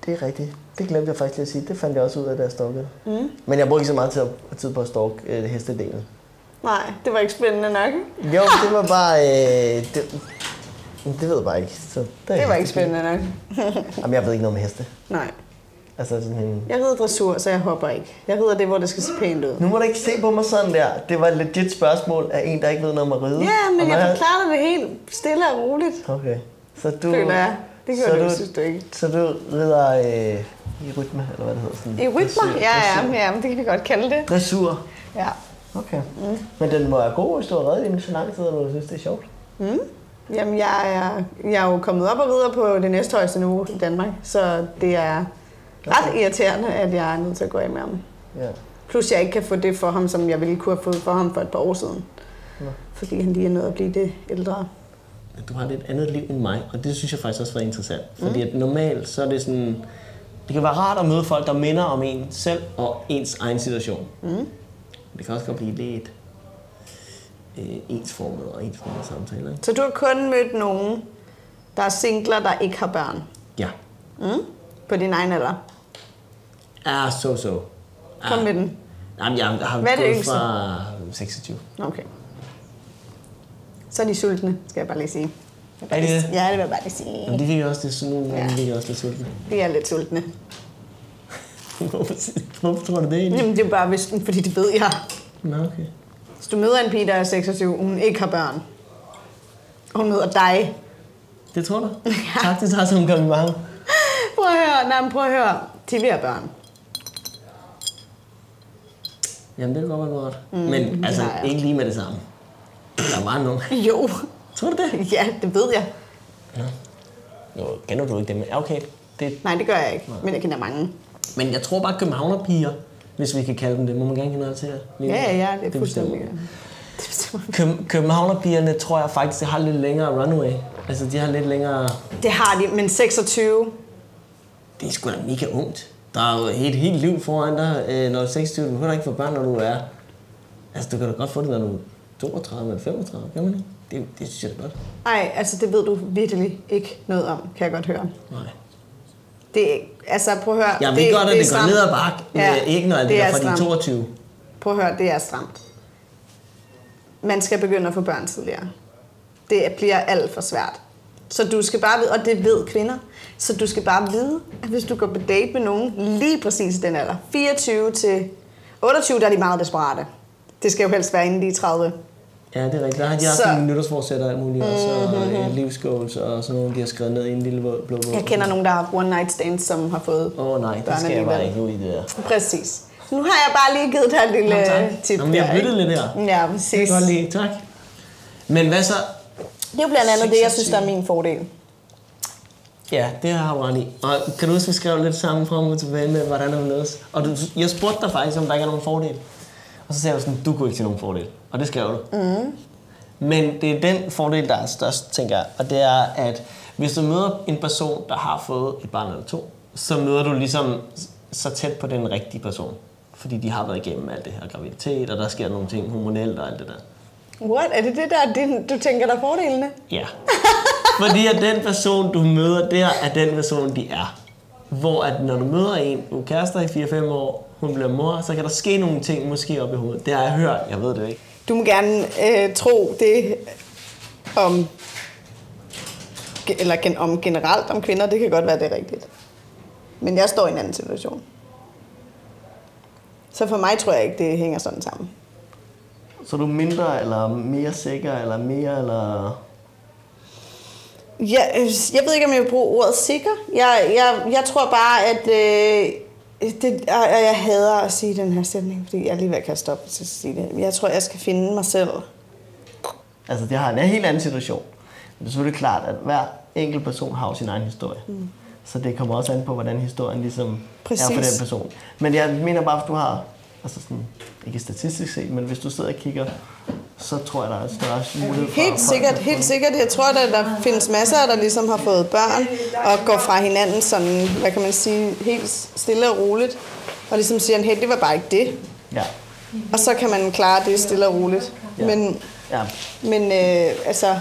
Speaker 4: Det er rigtigt. Det glemte jeg faktisk lige at sige. Det fandt jeg også ud af, da jeg stalkede. Mm. Men jeg brugte ikke så meget tid, tid på at stalke øh, hestedelen.
Speaker 2: Nej, det var ikke spændende nok. ikke?
Speaker 4: Jo, det var bare... Øh, det, det ved jeg bare ikke. Så
Speaker 2: Det var ikke spændende nok.
Speaker 4: Jamen, jeg ved ikke noget om heste.
Speaker 2: Nej.
Speaker 4: Altså sådan en...
Speaker 2: Jeg rider dressur, så jeg hopper ikke. Jeg rider det, hvor det skal se pænt ud.
Speaker 4: Nu må du ikke se på mig sådan der. Det var et legit spørgsmål af en, der ikke ved noget om at ride.
Speaker 2: Mm. Ja, men
Speaker 4: Og når
Speaker 2: jeg forklarer dig det helt stille og roligt,
Speaker 4: Okay. Så du...
Speaker 2: føler jeg. Det
Speaker 4: så
Speaker 2: gjorde du, synes du ikke.
Speaker 4: Så du rider øh, i rytme, eller hvad det hedder? Sådan.
Speaker 2: I rytmer?
Speaker 4: Dressur-
Speaker 2: Ja, ja,
Speaker 4: dressur.
Speaker 2: ja, men det kan vi godt kalde det.
Speaker 4: Dressur.
Speaker 2: Ja.
Speaker 4: Okay. Mm. Men den må være god, hvis du har reddet i den så lang tid, og du synes, det er sjovt.
Speaker 2: Jamen, jeg er, jeg er jo kommet op og rider på det næsthøjeste niveau i Danmark, så det er ret irriterende, at jeg er nødt til at gå af med ham.
Speaker 4: Ja.
Speaker 2: Plus, jeg ikke kan få det for ham, som jeg ville kunne have fået for ham for et par år siden.
Speaker 4: Nå.
Speaker 2: Fordi han lige er nået at blive det ældre.
Speaker 1: Du har et lidt andet liv end mig, og det synes jeg faktisk også var interessant.
Speaker 2: Mm.
Speaker 1: Fordi at normalt, så er det sådan... Det kan være rart at møde folk, der minder om en selv og ens egen situation. Mm. Det kan også godt blive lidt øh, ensformet og ensformet samtaler. Ikke?
Speaker 2: Så du har kun mødt nogen, der er singler, der ikke har børn
Speaker 1: Ja.
Speaker 2: på din egen alder.
Speaker 1: Ah, so so. Ah.
Speaker 2: Kom med den.
Speaker 1: Jamen, jeg har
Speaker 2: Hvad er det
Speaker 1: gået
Speaker 2: yngste?
Speaker 1: fra 26.
Speaker 2: Okay. Så er de sultne, skal jeg bare lige sige.
Speaker 1: Er det Mm. det?
Speaker 2: Ja, det vil jeg bare lige sige.
Speaker 1: Jamen, det fik jeg også det sådan nogle gange,
Speaker 2: Ja.
Speaker 1: fik jeg også lidt sulten.
Speaker 2: De er lidt sultne.
Speaker 1: Hvorfor- Hvorfor tror du det egentlig?
Speaker 2: Jamen, det er bare, hvis, fordi de ved, jeg har.
Speaker 1: Nå, okay.
Speaker 2: Hvis du møder en pige, der er 26, hun ikke har børn, og hun møder dig.
Speaker 1: Det tror du? Tak, det tager som en kompliment.
Speaker 2: Prøv at høre, nej, men prøv at høre. De vil have børn.
Speaker 1: Jamen, det kan godt være noget ret. Men altså,
Speaker 2: Mm, det har jeg.
Speaker 1: ikke lige med det samme. Der var nogen.
Speaker 2: Jo.
Speaker 1: Tror du det?
Speaker 2: Ja, det ved jeg.
Speaker 1: Jo, kender du ikke dem? Ja, okay. Det.
Speaker 2: Nej, det gør jeg ikke, men jeg kender mange.
Speaker 1: Men jeg tror bare, at københavnerpiger, hvis vi kan kalde dem det, må man gerne generalisere. Lige
Speaker 2: Ja,
Speaker 1: nu.
Speaker 2: ja, ja, det er fuldstændig.
Speaker 1: bestemmer.
Speaker 2: Det bestemmer.
Speaker 1: Køb- Københavnerpigerne tror jeg faktisk, det har lidt længere runway. Altså, de har lidt længere...
Speaker 2: Det har de, men 26,
Speaker 1: Det er sgu da mega ungt. Der er jo et helt liv foran dig, øh, når du er 26. Du kan da ikke få børn, når du er... Altså, du kan da godt få det, når du er 32 eller 35, kan man ikke? Det, det synes jeg da godt.
Speaker 2: nej, altså det ved du virkelig ikke noget om, kan jeg godt høre.
Speaker 1: Nej.
Speaker 2: Det er, altså prøv at høre.
Speaker 1: Jeg ved godt, at det går
Speaker 2: stramt.
Speaker 1: ned ad bakke, men
Speaker 2: Ja,
Speaker 1: ikke når alt det,
Speaker 2: det
Speaker 1: det
Speaker 2: er
Speaker 1: der fra de
Speaker 2: stramt.
Speaker 1: 22.
Speaker 2: Prøv at høre, det er stramt. man skal begynde at få børn tidligere. Det bliver alt for svært. Så du skal bare vide, og det ved kvinder, så du skal bare vide, at hvis du går på date med nogen lige præcis i den alder, 24 til 28, der er de meget desperate. Det skal jo helst være inden de er 30.
Speaker 1: Ja, det er rigtigt. Der har de haft
Speaker 2: Så- Mm-hmm.
Speaker 1: sådan nytårsforsæt og alt muligt også, og øh, life goals og sådan nogle, de har skrevet ned i en lille våd- blå bog.
Speaker 2: Jeg kender nogen, der har haft one night stands, som har fået
Speaker 1: Åh oh, nej, det
Speaker 2: børn
Speaker 1: skal jeg bare
Speaker 2: alligevel.
Speaker 1: ikke ud i det der.
Speaker 2: Præcis. Nu har jeg bare lige givet dig et lille
Speaker 1: Nå, tak.
Speaker 2: tip
Speaker 1: Nå, men jeg
Speaker 2: der, ikke?
Speaker 1: byttede lidt her.
Speaker 2: Ja,
Speaker 1: Det
Speaker 2: præcis.
Speaker 1: kan jeg godt lide, tak. Men hvad så?
Speaker 2: Det er jo blandt andet det, jeg synes, der er min fordel.
Speaker 1: Ja, det har jeg ret i. Og kan du huske, vi skrev lidt sammen frem og tilbage med, hvordan og hvorledes? Og du, jeg spurgte dig faktisk, om der ikke er nogen fordel. Og så sagde du sådan, du kunne ikke se nogen fordel. Og det skrev du. Mm. Men det er den fordel, der er størst, tænker jeg. Og det er, at hvis du møder en person, der har fået et barn eller to, så møder du ligesom så tæt på den rigtige person. Fordi de har været igennem alt det her graviditet, og der sker nogle ting hormonelt og alt det der.
Speaker 2: What? Er det det der, din, du tænker der er fordelene?
Speaker 1: Ja. Fordi at den person, du møder der, er den person, de er. Hvor at når du møder en, du er kærester i 4-5 år, hun bliver mor, så kan der ske nogle ting måske op i hovedet. Det har jeg hørt, jeg ved det ikke.
Speaker 2: Du må gerne øh, tro det om, ge- eller gen, om generelt om kvinder. Det kan godt være, det er rigtigt. Men jeg står i en anden situation. Så for mig tror jeg ikke, det hænger sådan sammen.
Speaker 4: Så er du mindre eller mere sikker, eller mere, eller...
Speaker 2: Ja, øh, jeg ved ikke, om jeg vil bruge ordet sikker. Jeg, jeg, jeg tror bare, at øh, det, og, og jeg hader at sige den her sætning, fordi jeg er lige ved at kaste op til at sige det. Jeg tror, jeg skal finde mig selv.
Speaker 4: Altså, det har en helt anden situation. Men det er selvfølgelig klart, at hver enkelt person har jo sin egen historie. Mm. Så det kommer også an på, hvordan historien ligesom er for
Speaker 2: Præcis.
Speaker 4: den person. Men jeg mener bare, hvis du har, altså sådan, ikke statistisk set, men hvis du sidder og kigger, så tror jeg, der er større mulighed for... at
Speaker 2: Helt
Speaker 4: folk-
Speaker 2: sikkert, helt sikkert. Jeg tror, at der findes masser, der ligesom har fået børn og går fra hinanden sådan, hvad kan man sige, helt stille og roligt. Og ligesom siger, hey, det var bare ikke det.
Speaker 4: Ja.
Speaker 2: Og så kan man klare det stille og roligt.
Speaker 4: Ja.
Speaker 2: Men
Speaker 4: ja.
Speaker 2: Men øh, altså,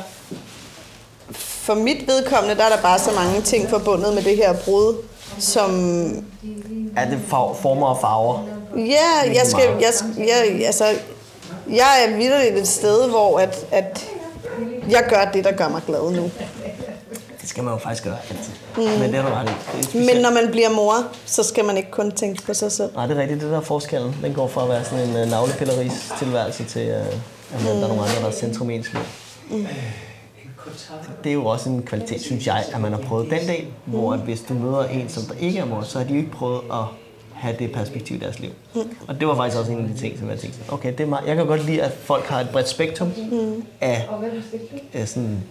Speaker 2: for mit vedkommende, der er der bare så mange ting forbundet med det her brud, som...
Speaker 4: Er det fag, former og farver?
Speaker 2: Ja, jeg skal... Jeg, sk- jeg, altså, jeg er vidderligt et sted, hvor at, at jeg gør det, der gør mig glad nu.
Speaker 4: Det skal man jo faktisk gøre altid. Mm. Men det er du ret i. Det er specielt.
Speaker 2: Men når man bliver mor, så skal man ikke kun tænke på sig selv.
Speaker 4: Nej, det er rigtigt. Det der er forskellen. Den går fra at være sådan en uh, navlepilleris tilværelse til, uh, at man, der er nogle andre, der er centrum i ens liv. Det er jo også en kvalitet, synes jeg, at man har prøvet den del, hvor at hvis du møder en, som der ikke er mor, så har de jo ikke prøvet at have det perspektiv i deres liv. Og det var faktisk også en af de ting, som jeg tænkte, okay, det er meget, jeg kan godt lide, at folk har et bredt spektrum af, af sådan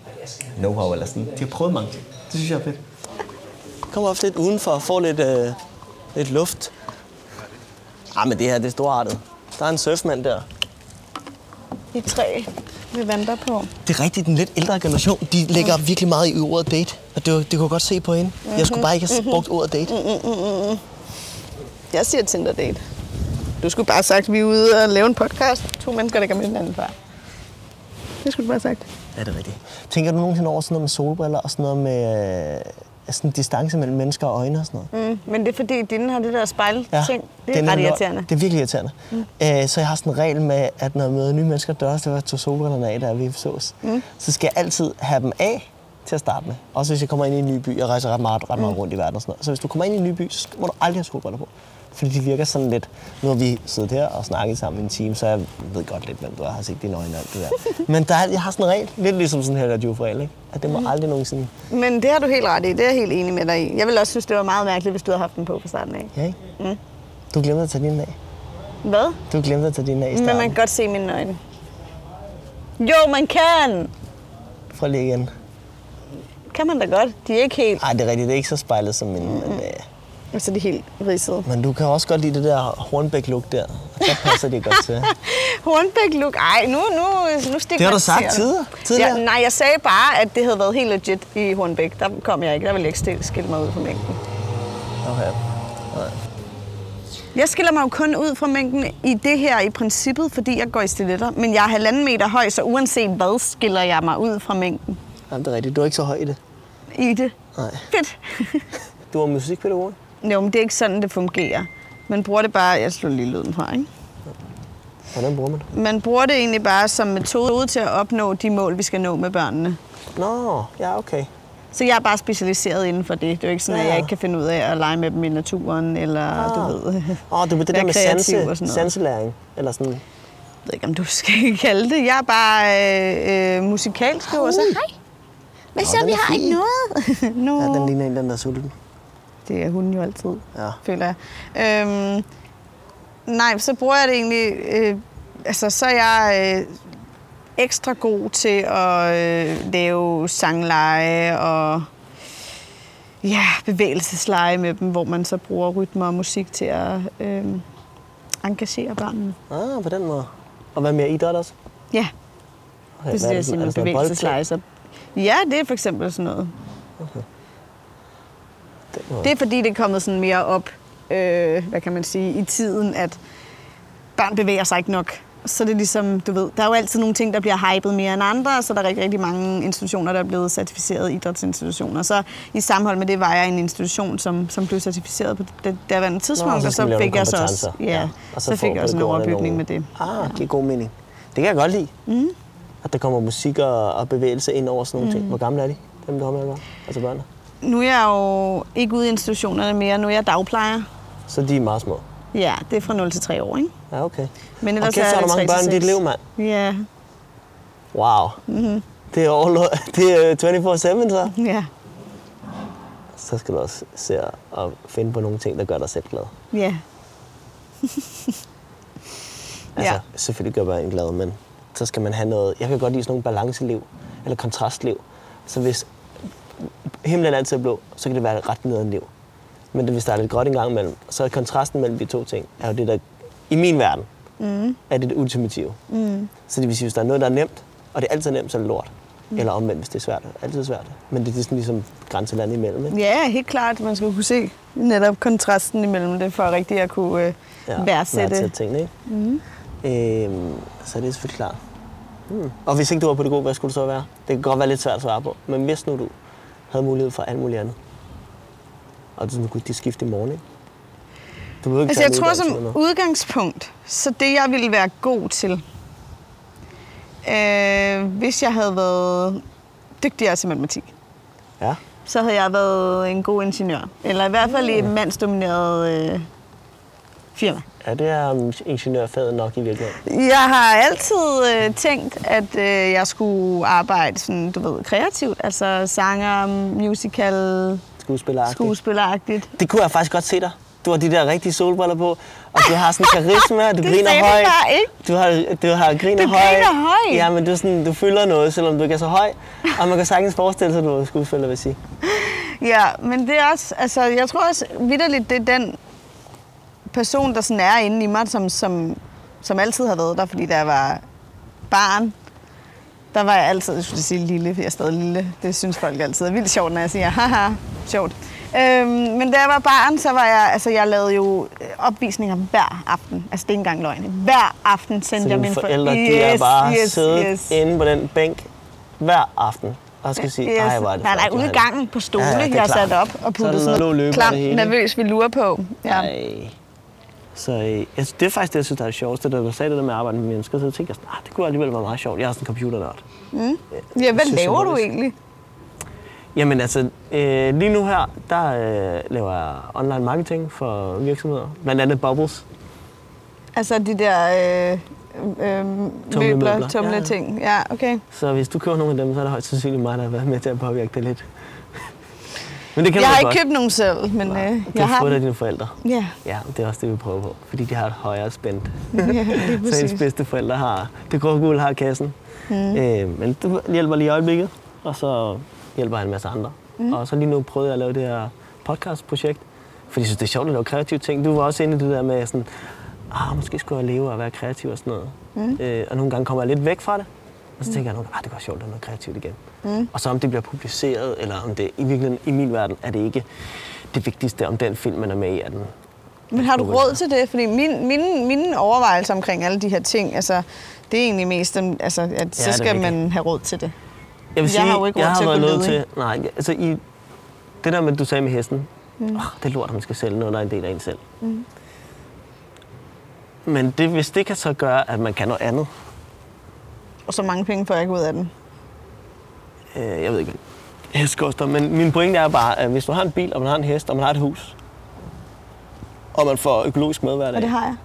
Speaker 4: know-how, eller sådan, de har prøvet mange ting. Det synes jeg er fedt. Kommer ofte lidt udenfor og får lidt, øh, lidt luft. Ah, men det her, det er storartet. Der er en surfmand der.
Speaker 2: I tre med vandre på.
Speaker 4: Det er rigtigt, den lidt ældre generation, de lægger mm. virkelig meget i ordet date. Og det, det kunne jeg godt se på hende. Mm-hmm. Jeg skulle bare ikke have brugt ordet date. Mm-hmm.
Speaker 2: Jeg siger Tinder date. Du skulle bare have sagt, at vi er ude og lave en podcast. To mennesker, der kan møde hinanden før. Det skulle du bare have sagt.
Speaker 4: Er det rigtigt? Tænker du nogensinde over sådan noget med solbriller og sådan noget med øh, sådan distance mellem mennesker og øjne og sådan noget?
Speaker 2: Mm, men det er fordi, dine har det der spejlting. Ja, det er
Speaker 4: nemlig
Speaker 2: ret
Speaker 4: lort.
Speaker 2: irriterende.
Speaker 4: Det er virkelig irriterende. Mm. Øh, så jeg har sådan en regel med, at når jeg møder nye mennesker, dør det var to solbrillerne af, der vi sås. Mm. Så skal jeg altid have dem af til at starte med. Også hvis jeg kommer ind i en ny by. Jeg rejser ret meget, ret meget
Speaker 2: Mm.
Speaker 4: rundt i verden og sådan noget. Så hvis du kommer ind i en ny by, så må du aldrig have solbriller på. Fordi de virker sådan lidt... Nu har vi siddet her og snakket sammen i en time, så jeg ved godt lidt, hvem du er. Jeg har set dine øjne og alt det der. Men der er, jeg har sådan en regel, lidt ligesom sådan her, der regel, ikke? At det må
Speaker 2: Mm.
Speaker 4: aldrig nogensinde...
Speaker 2: Men det har du helt ret i. Det er jeg helt enig med dig i. Jeg ville også synes, det var meget mærkeligt, hvis du havde haft den på fra starten af.
Speaker 4: Ja, ikke? Mm. Du glemte at tage dine af.
Speaker 2: Hvad?
Speaker 4: Du glemte at tage dine af i
Speaker 2: Men
Speaker 4: starten.
Speaker 2: man kan godt se mine øjne. Jo, man kan!
Speaker 4: Prøv lige igen.
Speaker 2: Kan man da godt. De er ikke helt...
Speaker 4: Nej, det er rigtigt. Det er ikke så spejlet som min. Men, øh,
Speaker 2: Altså, de er helt ridsede.
Speaker 4: men du kan også godt lide det der Hornbæk-look der. Der passer det godt til.
Speaker 2: Hornbæk look. Ej, nu, nu, nu stikker
Speaker 4: Det har du sagt tider- tidligere.
Speaker 2: Ja, nej, jeg sagde bare, at det havde været helt legit i Hornbæk. Der kom jeg ikke. Der ville jeg ikke stille- skille mig ud fra mængden.
Speaker 4: Okay.
Speaker 2: Jeg skiller mig jo kun ud fra mængden i det her i princippet, fordi jeg går i stiletter. Men jeg er halvanden meter høj, så uanset hvad, skiller jeg mig ud fra mængden
Speaker 4: Jamen, det er rigtigt. Du er ikke så høj i det.
Speaker 2: i det.
Speaker 4: Nej.
Speaker 2: Fedt.
Speaker 4: Du var musikpædagog.
Speaker 2: jo, men det er ikke sådan, det fungerer. Man bruger det bare... Jeg slår lige lyden fra, ikke?
Speaker 1: Hvordan bruger man det?
Speaker 2: Man bruger det egentlig bare som metode til at opnå de mål, vi skal nå med børnene.
Speaker 1: Nå, ja, okay.
Speaker 2: Så jeg er bare specialiseret inden for det. Det er jo ikke sådan, ja.
Speaker 1: Ja.
Speaker 2: at jeg ikke kan finde ud af at lege med dem i naturen, eller ah. du ved...
Speaker 1: Åh, oh, det var det
Speaker 2: Være
Speaker 1: der med
Speaker 2: kreativ
Speaker 1: sanse,
Speaker 2: og sådan noget.
Speaker 1: sanselæring. Eller sådan.
Speaker 2: Jeg ved ikke, om du skal kalde det. Jeg er bare øh, øh, musikalskriver, så hej. Hvad
Speaker 1: Nå,
Speaker 2: så,
Speaker 1: den
Speaker 2: vi
Speaker 1: er
Speaker 2: har
Speaker 1: fin.
Speaker 2: ikke noget? no.
Speaker 1: Ja, den ligner en, den der er sulten.
Speaker 2: Det er hun jo altid,
Speaker 1: Ja.
Speaker 2: føler jeg. Øhm, nej, så bruger jeg det egentlig... Øh, altså, så er jeg øh, ekstra god til at øh, lave sangleje og ja, bevægelsesleje med dem, hvor man så bruger rytmer og musik til at øh, engagere børnene.
Speaker 1: Ah, på den måde. Og hvad med idræt også?
Speaker 2: Ja,
Speaker 1: Okay,
Speaker 2: det er det, jeg siger med
Speaker 1: noget
Speaker 2: bevægelsesleje. Så, ja, det er for eksempel sådan noget.
Speaker 1: boldtæ- den måde?
Speaker 2: Det er fordi, det er kommet sådan mere op, øh, hvad kan man sige, i tiden, at børn bevæger sig ikke nok. Så det er ligesom, du ved, der er jo altid nogle ting, der bliver hypet mere end andre, så der er rigtig, rigtig mange institutioner, der er blevet certificeret idrætsinstitutioner. Så i sammenhold med det var jeg i en institution, som, som blev certificeret på det daværende tidspunkt,
Speaker 1: så skal
Speaker 2: og så
Speaker 1: man lave
Speaker 2: fik
Speaker 1: nogle
Speaker 2: jeg så også,
Speaker 1: kompetencer.
Speaker 2: ja, ja. Og så, så fik
Speaker 1: får
Speaker 2: jeg også en
Speaker 1: pædagogerne
Speaker 2: overbygning med
Speaker 1: nogle-
Speaker 2: det.
Speaker 1: Ah, det giver god mening. Det kan jeg godt lide. Mm. At der kommer musik og, og bevægelse ind over sådan nogle mm. ting. Hvor gamle er de, dem du har med at gøre? Altså børnene.
Speaker 2: Nu er jeg jo ikke ude i institutionerne mere, nu er jeg dagplejer.
Speaker 1: Så de er meget små.
Speaker 2: Ja, det er fra 0 til 3 år, ikke?
Speaker 1: Ja, okay.
Speaker 2: Men
Speaker 1: Og kæft, så er der mange
Speaker 2: 3 til
Speaker 1: børn i dit
Speaker 2: 6.
Speaker 1: liv, mand.
Speaker 2: Ja,
Speaker 1: Wow. Mm-hmm. Det er, overlo- det er 24-7, så.
Speaker 2: ja,
Speaker 1: Så skal du også se at- at finde på nogle ting, der gør dig selv glad.
Speaker 2: ja.
Speaker 1: Altså,
Speaker 2: Ja.
Speaker 1: ja. Altså, selvfølgelig gør man en glad, men så skal man have noget... Jeg kan godt lide sådan nogle balanceliv, eller kontrastliv. Så hvis himlen altid er blå, så kan det være et ret nederen liv. Men det, hvis der er lidt gråt en gang imellem, så er kontrasten mellem de to ting, er jo det, der i min verden, mm. er det, det ultimative. Mm. Så det vil sige, hvis der er noget, der er nemt, og det er altid nemt, så er det lort. Mm. Eller omvendt, hvis det er svært. Altid svært. Men det er sådan ligesom grænselandet imellem. Ikke?
Speaker 2: Ja, helt klart. Man skal jo kunne se netop kontrasten imellem det, for rigtig at kunne øh, ja, værdsætte.
Speaker 1: værdsætte tingene, ikke? Mm. Øhm, så er det selvfølgelig klart. Mm. Og hvis ikke du var pædagog, hvad skulle du så være? Det kan godt være lidt svært at svare på. Men hvis nu du havde mulighed for alt muligt andet, og du sådan kunne de skifte i morgen, ikke? Du behøver ikke
Speaker 2: Altså,
Speaker 1: tage
Speaker 2: jeg
Speaker 1: en
Speaker 2: tror
Speaker 1: uddannelse
Speaker 2: som
Speaker 1: eller noget.
Speaker 2: udgangspunkt, så det jeg ville være god til, øh, hvis jeg havde været dygtigere til matematik,
Speaker 1: Ja,
Speaker 2: så havde jeg været en god ingeniør. Eller i hvert fald i et mandsdomineret øh, firma.
Speaker 1: ja det er um, ingeniørfaget nok i virkeligheden.
Speaker 2: Jeg har altid øh, tænkt, at øh, jeg skulle arbejde sådan, du ved, kreativt. Altså sanger, musical,
Speaker 1: Skuespiller
Speaker 2: skuespilleragtigt.
Speaker 1: Det kunne jeg faktisk godt se dig. Du har de der rigtige solbriller på, og du har sådan karisma, du
Speaker 2: Det
Speaker 1: griner
Speaker 2: sagde du
Speaker 1: højt.
Speaker 2: bare ikke.
Speaker 1: Du har, du har griner
Speaker 2: Du
Speaker 1: højt.
Speaker 2: griner højt.
Speaker 1: Ja, men du, er sådan, du føler noget, selvom du ikke er så høj. Og man kan sagtens forestille sig, at du er skuespiller, vil jeg sige.
Speaker 2: Ja, men det er også, altså, jeg tror også vidderligt, det er den person, der sådan er inde i mig, som, som, som altid har været der, fordi da jeg var barn, der var jeg altid, jeg skulle sige lille, for jeg er stadig lille. Det synes folk altid er vildt sjovt, når jeg siger, haha, sjovt. Øhm, men da jeg var barn, så var jeg, altså jeg lavede jo øh, opvisninger hver aften. Altså det er ikke engang løgn. Hver aften sendte
Speaker 1: Så
Speaker 2: jeg
Speaker 1: dine
Speaker 2: mine
Speaker 1: forældre, de er bare siddet inde på den bænk hver aften. Og skal sige, ej, hvor er det
Speaker 2: Nej, nej,
Speaker 1: flot,
Speaker 2: ude i
Speaker 1: Johanne."
Speaker 2: gangen på stole,
Speaker 1: Ja,
Speaker 2: ja,
Speaker 1: ja, det er
Speaker 2: jeg
Speaker 1: klart.
Speaker 2: satte op og
Speaker 1: Så er der
Speaker 2: puttede
Speaker 1: noget
Speaker 2: sådan noget
Speaker 1: løber
Speaker 2: klam,
Speaker 1: det hele.
Speaker 2: nervøs velure på. Ja.
Speaker 1: Ej. Så øh, altså, det er faktisk det, jeg synes, der er det sjoveste, da du sagde det der med at arbejde med mennesker. Så tænkte jeg sådan, "Ah, det kunne alligevel være meget sjovt. Jeg er sådan en computernørd.
Speaker 2: ja, hvad
Speaker 1: synes jeg
Speaker 2: laver du
Speaker 1: faktisk.
Speaker 2: egentlig?
Speaker 1: Jamen altså, øh, lige nu her, der øh, laver jeg online marketing for virksomheder. Blandt andet Bubbles.
Speaker 2: Altså de der øh, øh, møbler,
Speaker 1: møbler.
Speaker 2: tumle
Speaker 1: Ja, ja.
Speaker 2: ting. Ja, okay.
Speaker 1: Så hvis du køber nogle af dem, så er det højst sandsynligt mig, der har været med til at påvirke det lidt. Men det kan
Speaker 2: Jeg
Speaker 1: man
Speaker 2: har
Speaker 1: godt.
Speaker 2: ikke købt nogen selv, men øh,
Speaker 1: Nej, Du
Speaker 2: jeg
Speaker 1: har
Speaker 2: har...
Speaker 1: fået det af
Speaker 2: dem.
Speaker 1: dine forældre.
Speaker 2: Ja,
Speaker 1: Ja, det er også det, vi prøver på. Fordi de har et højere spændt.
Speaker 2: ja, det er
Speaker 1: Så ens
Speaker 2: præcis.
Speaker 1: bedste forældre har... Det grå guld har kassen. Mm. Øh, men det hjælper lige i øjeblikket. Og så hjælper han en masse andre. Mm. Og så lige nu prøvede jeg at lave det her podcastprojekt. Fordi jeg synes, det er sjovt at lave kreative ting. Du var også inde i det der med sådan... Ah, måske skulle jeg leve og være kreativ og sådan noget. Mm. Øh, og nogle gange kommer jeg lidt væk fra det. Og så tænker jeg nogle gange, ah, det kunne være sjovt at lave noget kreativt igen. Mm. Og så om det bliver publiceret, eller om det i virkeligheden, i min verden, er det ikke det vigtigste, om den film, man er med i, er den
Speaker 2: Men har du
Speaker 1: Skulle
Speaker 2: råd til det? Fordi min, mine, mine overvejelser omkring alle de her ting, altså, det er egentlig mest, dem, altså, at så
Speaker 1: det er
Speaker 2: skal
Speaker 1: rigtigt.
Speaker 2: man have råd til det.
Speaker 1: Jeg vil
Speaker 2: Jeg
Speaker 1: sige,
Speaker 2: har jo ikke
Speaker 1: jeg
Speaker 2: råd
Speaker 1: har
Speaker 2: til
Speaker 1: været
Speaker 2: at gå
Speaker 1: nødt
Speaker 2: ledig.
Speaker 1: til... Nej, altså i, det der med, du sagde med hesten. Mm. Oh, det er lort, at man skal sælge noget, der er en del af en selv. Mm. Men det, hvis det kan så gøre, at man kan noget andet,
Speaker 2: Og så mange penge får jeg ikke ud af den.
Speaker 1: øh, jeg ved ikke, hvad hest koster, men min pointe er bare, at hvis du har en bil, og man har en hest, og man har et hus, og man får økologisk mad hver dag.
Speaker 2: Og det har jeg.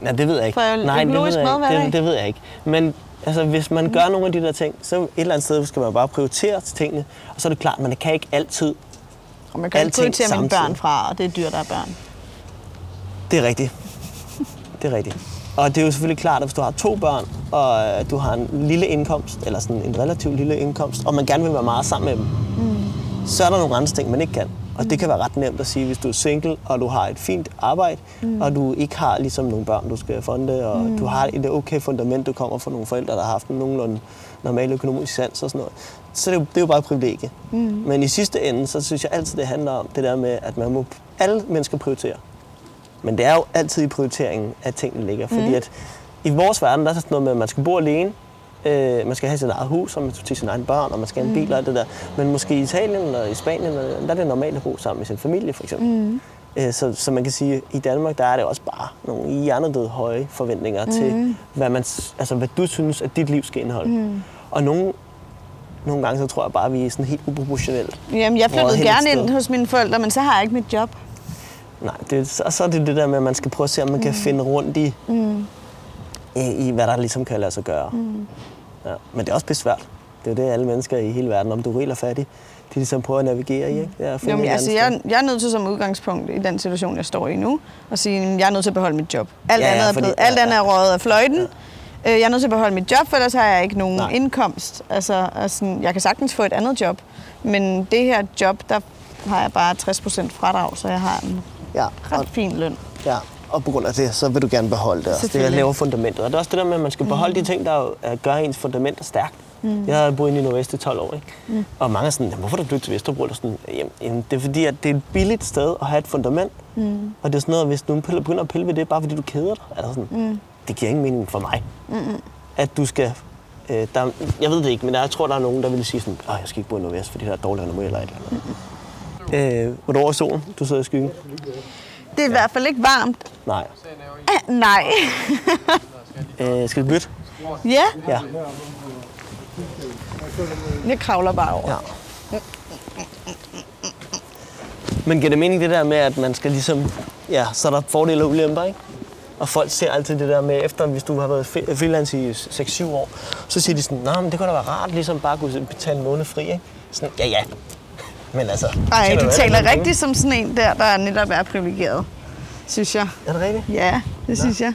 Speaker 1: Nej, det ved jeg ikke.
Speaker 2: Får jeg
Speaker 1: Nej, det ved
Speaker 2: økologisk
Speaker 1: jeg
Speaker 2: mad hver
Speaker 1: ikke.
Speaker 2: dag?
Speaker 1: Det, det ved jeg ikke. Men altså, hvis man gør nogle af de der ting, så et eller andet sted skal man bare prioritere til tingene. Og så er det klart, man kan ikke altid.
Speaker 2: Og man kan ikke
Speaker 1: Alting
Speaker 2: prioritere mine børn
Speaker 1: samtidig.
Speaker 2: fra, og det er dyrt, der er børn.
Speaker 1: Det er rigtigt. Det er rigtigt. Og det er jo selvfølgelig klart, at hvis du har to børn, og øh, du har en lille indkomst, eller sådan en relativt lille indkomst, og man gerne vil være meget sammen med dem, mm. så er der nogle andre ting, man ikke kan. Og det kan være ret nemt at sige, hvis du er single, og du har et fint arbejde, mm. og du ikke har ligesom nogle børn, du skal fonde, og mm. du har et okay fundament, du kommer fra nogle forældre, der har haft en nogenlunde normal økonomisk sans og sådan noget. Så det er jo, det er jo bare et privilegie. Mm. Men i sidste ende, så synes jeg altid, det handler om det der med, at man må, alle mennesker prioriterer. Men det er jo altid i prioriteringen, at tingene ligger. Fordi at i vores verden, der er sådan noget med, at man skal bo alene, øh, man skal have sit eget hus, og man skal til sine egne børn, og man skal have en bil og alt det der. Men måske i Italien eller i Spanien, der er det normalt at bo sammen med sin familie, for eksempel. Mm. Øh, så, så man kan sige, at i Danmark, der er det også bare nogle hjernedød høje forventninger mm. til, hvad, man, s- altså, hvad du synes, at dit liv skal indeholde. Mm. Og nogle, nogle gange, så tror jeg bare, at vi er sådan helt uproportionelt.
Speaker 2: Jamen, jeg
Speaker 1: Hvor er
Speaker 2: flyttede
Speaker 1: det
Speaker 2: gerne
Speaker 1: et sted?
Speaker 2: ind hos mine forældre, men så har jeg ikke mit job.
Speaker 1: Nej, det, så, så er det det der med, at man skal prøve at se, om man mm. kan finde rundt i, mm. i, i, hvad der ligesom kan lade sig gøre. Mm. Ja, men det er også besvært. Det er jo det, alle mennesker i hele verden, om du er rig eller fattig, de ligesom prøver at navigere i. Ikke? Det er at finde
Speaker 2: Jamen,
Speaker 1: et
Speaker 2: altså,
Speaker 1: andet
Speaker 2: jeg, jeg er nødt til som udgangspunkt i den situation, jeg står i nu, at sige, at jeg er nødt til at beholde mit job. Alt,
Speaker 1: Ja, ja,
Speaker 2: ja, andet, er
Speaker 1: fordi-
Speaker 2: blevet,
Speaker 1: ja,
Speaker 2: alt
Speaker 1: ja.
Speaker 2: andet er røget af fløjten. Ja. Jeg er nødt til at beholde mit job, for ellers har jeg ikke nogen
Speaker 1: Nej.
Speaker 2: Nej. indkomst. Altså, altså, jeg kan sagtens få et andet job, men det her job, der har jeg bare 60% fradrag, så jeg har en
Speaker 1: Ja, og,
Speaker 2: ret fin løn.
Speaker 1: ja, og på grund af det, så vil du gerne beholde det. også. Det er at
Speaker 2: Selvfølgelig.
Speaker 1: lave fundamentet. Og det er også det der med, at man skal beholde mm. de ting, der jo, øh, gør ens fundament stærkt. Mm. Jeg har boet inde i Nordvest i 12 år, ikke? Mm. og mange er sådan, "Jamen, hvorfor er du flyttet til Vesterbro? Eller sådan, "Jamen, Jamen, det er fordi, at det er et billigt sted at have et fundament, mm. og det er sådan noget, hvis du piller- begynder at pille ved det, bare fordi du keder dig, eller sådan, mm. det giver ingen mening for mig. Mm. At du skal, øh, der, jeg ved det ikke, men jeg tror, der er nogen, der vil sige sådan, "Åh, jeg skal ikke bo i Nordvest, fordi der er dårligere nummer eller et eller andet. Mm. Øh, hvornår er solen? Du sidder i skyggen?
Speaker 2: Det er i hvert fald ikke varmt.
Speaker 1: Nej.
Speaker 2: Ah, Nej.
Speaker 1: Øh, skal vi bytte?
Speaker 2: ja,
Speaker 1: Ja.
Speaker 2: jeg kravler bare over.
Speaker 1: Ja. Men giver det mening det der med, at man skal ligesom... Ja, så er der fordele og ulemper, ikke? Og folk ser altid det der med, efter hvis du har været fri- freelance i 6-7 år, så siger de sådan, nej, men det kunne da være rart, ligesom bare at kunne betale en måned fri, ikke? Sådan, ja, ja. Men altså...
Speaker 2: Nej,
Speaker 1: tjener
Speaker 2: du
Speaker 1: jo alle
Speaker 2: taler
Speaker 1: penge.
Speaker 2: rigtigt som sådan en der, der netop er privilegeret, synes jeg.
Speaker 1: Er det rigtigt?
Speaker 2: Ja, det synes jeg.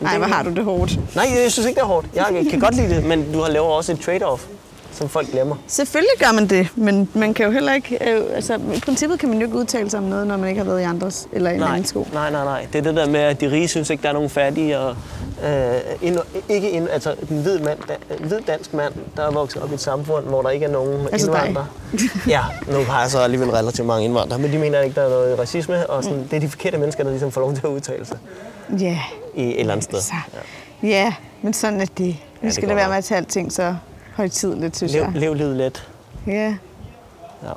Speaker 2: Nej, hvor har du det hårdt.
Speaker 1: Nej, jeg synes ikke, det er hårdt. Jeg kan godt lide det, men du har lavet også et trade-off, som folk glemmer.
Speaker 2: Selvfølgelig gør man det, men man kan jo heller ikke... Øh, altså, i princippet kan man jo ikke udtale sig om noget, når man ikke har været i andres eller i en
Speaker 1: Nej,
Speaker 2: anden sko.
Speaker 1: nej, nej, nej. Det er det der med, at de rige synes ikke, der er nogen fattige. Og, øh, ind, ikke ind, altså, en hvid, mand, da, en hvid dansk mand, der er vokset op i et samfund, hvor der ikke er nogen
Speaker 2: Altså dig.
Speaker 1: indvandrere. ja, nu har jeg så alligevel relativt mange indvandrere, men de mener ikke, der er noget racisme. Og sådan, det er de forkerte mennesker, der ligesom får lov til at udtale sig
Speaker 2: Ja,
Speaker 1: i et eller andet sted.
Speaker 2: så... Ja, men sådan er det. Vi
Speaker 1: det
Speaker 2: skal
Speaker 1: går
Speaker 2: lade være
Speaker 1: nok.
Speaker 2: med at tage alting så højtidligt, synes
Speaker 1: Lev,
Speaker 2: jeg.
Speaker 1: lev livet let.
Speaker 2: Ja.
Speaker 1: Ja.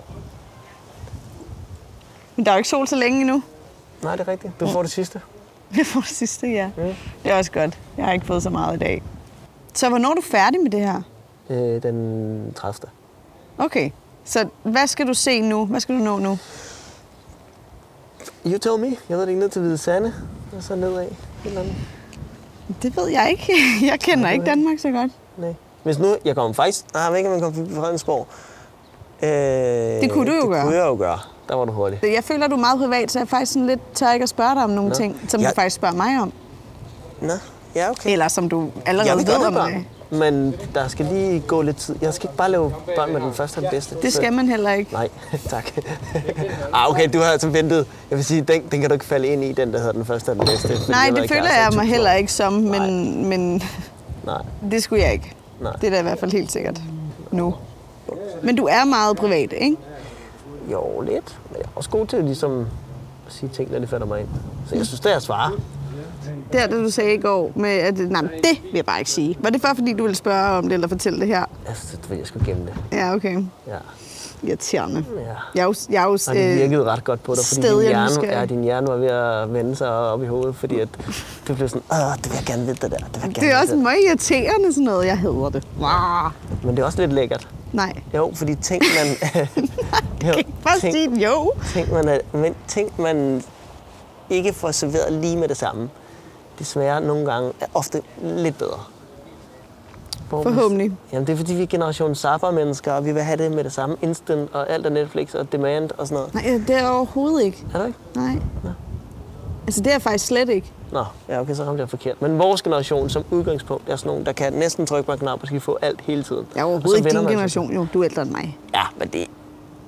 Speaker 2: Men der er jo ikke sol så længe endnu.
Speaker 1: Nej, det er rigtigt. Du får det sidste.
Speaker 2: Jeg får det sidste, ja. Det er også godt. Jeg har ikke fået så meget i dag. Så hvornår er du færdig med det her?
Speaker 1: Øh, den 30.
Speaker 2: Okay, så hvad skal du se nu? Hvad skal du nå nu?
Speaker 1: You tell me. Jeg ved det ikke, ned til Hvide Sande, og så nedad. Et eller andet.
Speaker 2: Det ved jeg ikke. Jeg kender ikke Danmark så godt.
Speaker 1: Nej. Hvis nu, jeg kommer faktisk, nej, jeg ved ikke, om jeg kom forbi Fredensborg. Øh, det
Speaker 2: kunne du jo
Speaker 1: det
Speaker 2: gøre.
Speaker 1: kunne jeg jo gøre. Der var du hurtig.
Speaker 2: Jeg føler, du er meget privat, så jeg er faktisk sådan lidt tør ikke at spørge dig om nogle
Speaker 1: Nå.
Speaker 2: Nå. ting, som
Speaker 1: Jeg-
Speaker 2: du faktisk spørger mig om.
Speaker 1: Nå, ja, okay.
Speaker 2: Eller som du
Speaker 1: Jeg
Speaker 2: allerede
Speaker 1: vil
Speaker 2: ved
Speaker 1: gøre
Speaker 2: om øh,
Speaker 1: det,
Speaker 2: det.
Speaker 1: børn. Men der skal lige gå lidt tid. Jeg skal ikke bare lave børn med den første og den bedste.
Speaker 2: Det skal man heller ikke.
Speaker 1: Nej, tak. ah, okay, du har altså ventet. Jeg vil sige, den, den kan du ikke falde ind i, den der hedder den første og den bedste. fordi
Speaker 2: Nej,
Speaker 1: den har
Speaker 2: det
Speaker 1: ikke
Speaker 2: føler
Speaker 1: været
Speaker 2: jeg
Speaker 1: så
Speaker 2: mig
Speaker 1: tusind
Speaker 2: heller
Speaker 1: år.
Speaker 2: ikke som, men, men
Speaker 1: Nej,
Speaker 2: det skulle jeg ikke.
Speaker 1: Nej.
Speaker 2: Det er da i hvert fald helt sikkert nu. Men du er meget privat, ikke?
Speaker 1: jo lidt. Men jeg er også god til ligesom at sige ting, når det falder mig ind. Så jeg synes, det er at svare.
Speaker 2: Det er det, du sagde i går med, at nej, men det vil jeg bare ikke sige. Var det bare, fordi du ville spørge om det eller fortælle det her?
Speaker 1: Altså, det, jeg skulle gemme det.
Speaker 2: Ja, okay.
Speaker 1: Ja.
Speaker 2: irriterende.
Speaker 1: Ja.
Speaker 2: Jeg er jo, jeg er jo
Speaker 1: Og det
Speaker 2: øh,
Speaker 1: virkede ret godt på dig, fordi
Speaker 2: stadig
Speaker 1: din
Speaker 2: er
Speaker 1: hjerne,
Speaker 2: nysgerrig.
Speaker 1: ja, din hjerne var ved at vende sig op i hovedet, fordi at du blev sådan, åh, det vil jeg gerne vide det der, det vil jeg gerne
Speaker 2: det er
Speaker 1: vide
Speaker 2: også meget irriterende sådan noget, jeg hedder det. Wow.
Speaker 1: der." Men det er også lidt lækkert.
Speaker 2: Nej,
Speaker 1: Jo, fordi tænk man... jo,
Speaker 2: kan ikke bare
Speaker 1: tænk,
Speaker 2: sige jo.
Speaker 1: tænk, man er, men tænk man ikke får serveret lige med det samme. Desværre nogle gange, er ofte lidt bedre. Hvor vi-
Speaker 2: Forhåbentlig.
Speaker 1: Jamen, det er fordi, vi er generation Zapper-mennesker, og vi vil have det med det samme. Instant, og alt er Netflix og demand og sådan noget.
Speaker 2: Nej, øh, det er jeg overhovedet ikke.
Speaker 1: Er du ikke?
Speaker 2: Nej.
Speaker 1: Nå.
Speaker 2: Altså, det er jeg faktisk slet ikke.
Speaker 1: Nå, ja, okay, så ramte jeg forkert. Men vores generation som udgangspunkt er sådan nogen, der kan næsten trykke på en knap, og skal få alt hele tiden.
Speaker 2: Jeg er
Speaker 1: Og så
Speaker 2: overhovedet ikke
Speaker 1: vender
Speaker 2: din
Speaker 1: man sig-
Speaker 2: generation, jo. Du er ældre end mig.
Speaker 1: Ja, men det er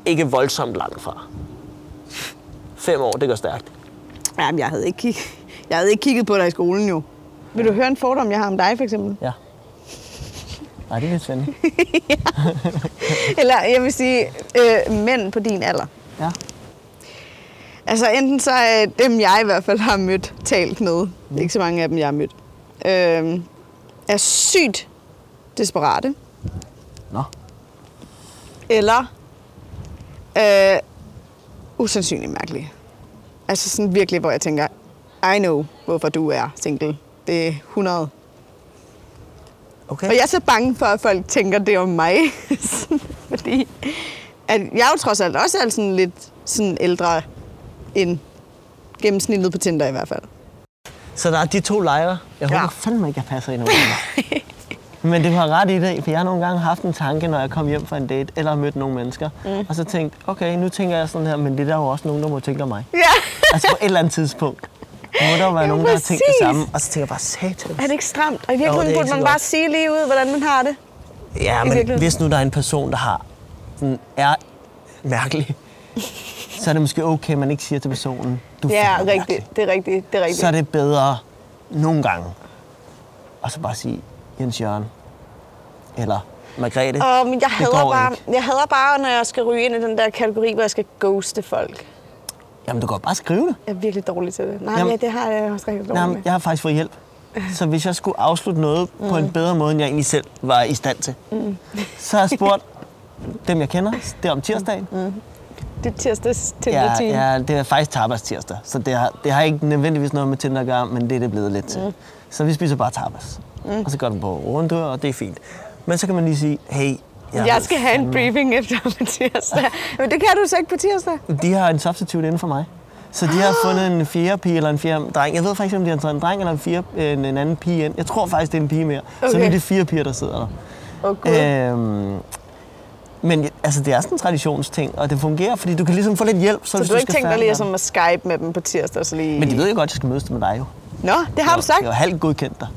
Speaker 1: ikke voldsomt langt fra. Fem år, det går stærkt.
Speaker 2: Jamen, jeg havde ikke, kig... jeg havde ikke kigget på dig i skolen, jo. Vil du høre en fordom, jeg har om dig, for eksempel?
Speaker 1: Ja. Nej, det er lidt spændende.
Speaker 2: Eller jeg vil sige, øh, mænd på din alder.
Speaker 1: Ja.
Speaker 2: Altså enten så er dem, jeg i hvert fald har mødt, talt med, mm. ikke så mange af dem, jeg har mødt, øh, er sygt desperate,
Speaker 1: Nå.
Speaker 2: eller øh, usandsynligt mærkelige. Altså sådan virkelig, hvor jeg tænker, I know, hvorfor du er single. Det er 100.
Speaker 1: Okay.
Speaker 2: Og jeg er så bange for, at folk tænker det om mig. Sådan, Fordi at jeg jo trods alt også er sådan lidt sådan ældre end gennemsnittet på Tinder i hvert fald.
Speaker 1: Så der er de to lejre. Jeg
Speaker 2: Ja.
Speaker 1: håber fandme ikke, jeg passer ind over dem. Men du har ret i det, for jeg har nogle gange haft en tanke, når jeg kom hjem fra en date, eller har mødt nogle mennesker, mm. og så tænkt, okay, nu tænker jeg sådan her, men det er der jo også nogen, der må tænke om mig.
Speaker 2: Ja.
Speaker 1: Altså på et eller andet tidspunkt. Må der være
Speaker 2: Ja,
Speaker 1: nogen, der har tænkt
Speaker 2: præcis.
Speaker 1: det samme, og så tænker jeg bare, satan.
Speaker 2: Er det ikke stramt? Og i
Speaker 1: Jo, det
Speaker 2: virkeligheden
Speaker 1: er
Speaker 2: burde
Speaker 1: ikke
Speaker 2: man
Speaker 1: så
Speaker 2: bare
Speaker 1: godt.
Speaker 2: sige lige ud, hvordan man har det.
Speaker 1: Ja,
Speaker 2: virkeligheden.
Speaker 1: men hvis nu der er en person, der har sådan, er mærkelig, så er det måske okay, at man ikke siger til personen, du er
Speaker 2: Ja,
Speaker 1: fandme mærkelig.
Speaker 2: rigtigt. Det er rigtigt. Det er rigtigt.
Speaker 1: så er det bedre nogle gange. Og så bare sige, Jens Jørgen, eller Margrethe,
Speaker 2: Og men Øhm, jeg
Speaker 1: det
Speaker 2: hader,
Speaker 1: går
Speaker 2: bare,
Speaker 1: ikke.
Speaker 2: jeg hader bare, når jeg skal ryge ind i den der kategori, hvor jeg skal ghoste folk.
Speaker 1: Jamen, du kan godt bare skrive det.
Speaker 2: Jeg er virkelig dårlig til det. Nej,
Speaker 1: Jamen-
Speaker 2: Jamen, ja, det har jeg også rigtig dårligt
Speaker 1: Jamen,
Speaker 2: med.
Speaker 1: jeg har faktisk fået hjælp. Så hvis jeg skulle afslutte noget mm. på en bedre måde, end jeg egentlig selv var i stand til, mm. så har jeg spurgt dem, jeg kender. Det er om tirsdagen. Mm.
Speaker 2: Det er tirsdags til
Speaker 1: Ja,
Speaker 2: ja, ja.
Speaker 1: ja, det er faktisk tapas tirsdag, så det har, det har ikke nødvendigvis noget med Tinder at gøre, men det er det blevet lidt til. Mm. Så vi spiser bare tapas. Mm. Og så går den på rundtur, og det er fint. Men så kan man lige sige, hey,
Speaker 2: Jeg skal have en briefing efter på tirsdag. Men det kan du så ikke på tirsdag.
Speaker 1: De har en substitute inden for mig. Så de har
Speaker 2: Ah!
Speaker 1: fundet en fjerde pige eller en fjerde dreng. Jeg ved faktisk ikke, om de har taget en dreng eller en, fjerde, en, en anden pige ind. Jeg tror faktisk, det er en pige mere. Okay. Så nu er
Speaker 2: Okay.
Speaker 1: det fire piger, der sidder der.
Speaker 2: Åh, Gud.
Speaker 1: Øhm, men altså, det er sådan en traditionsting, og det fungerer, fordi du kan ligesom få lidt hjælp. Så,
Speaker 2: Så
Speaker 1: hvis
Speaker 2: du har ikke
Speaker 1: skal
Speaker 2: tænkt dig
Speaker 1: færdiggøre
Speaker 2: lige
Speaker 1: den.
Speaker 2: sådan at skype med dem på tirsdag? Så lige...
Speaker 1: Men de ved jo godt, at jeg skal mødes med dig jo.
Speaker 2: Nå, det har du sagt.
Speaker 1: Jeg har halvt godkendt dig.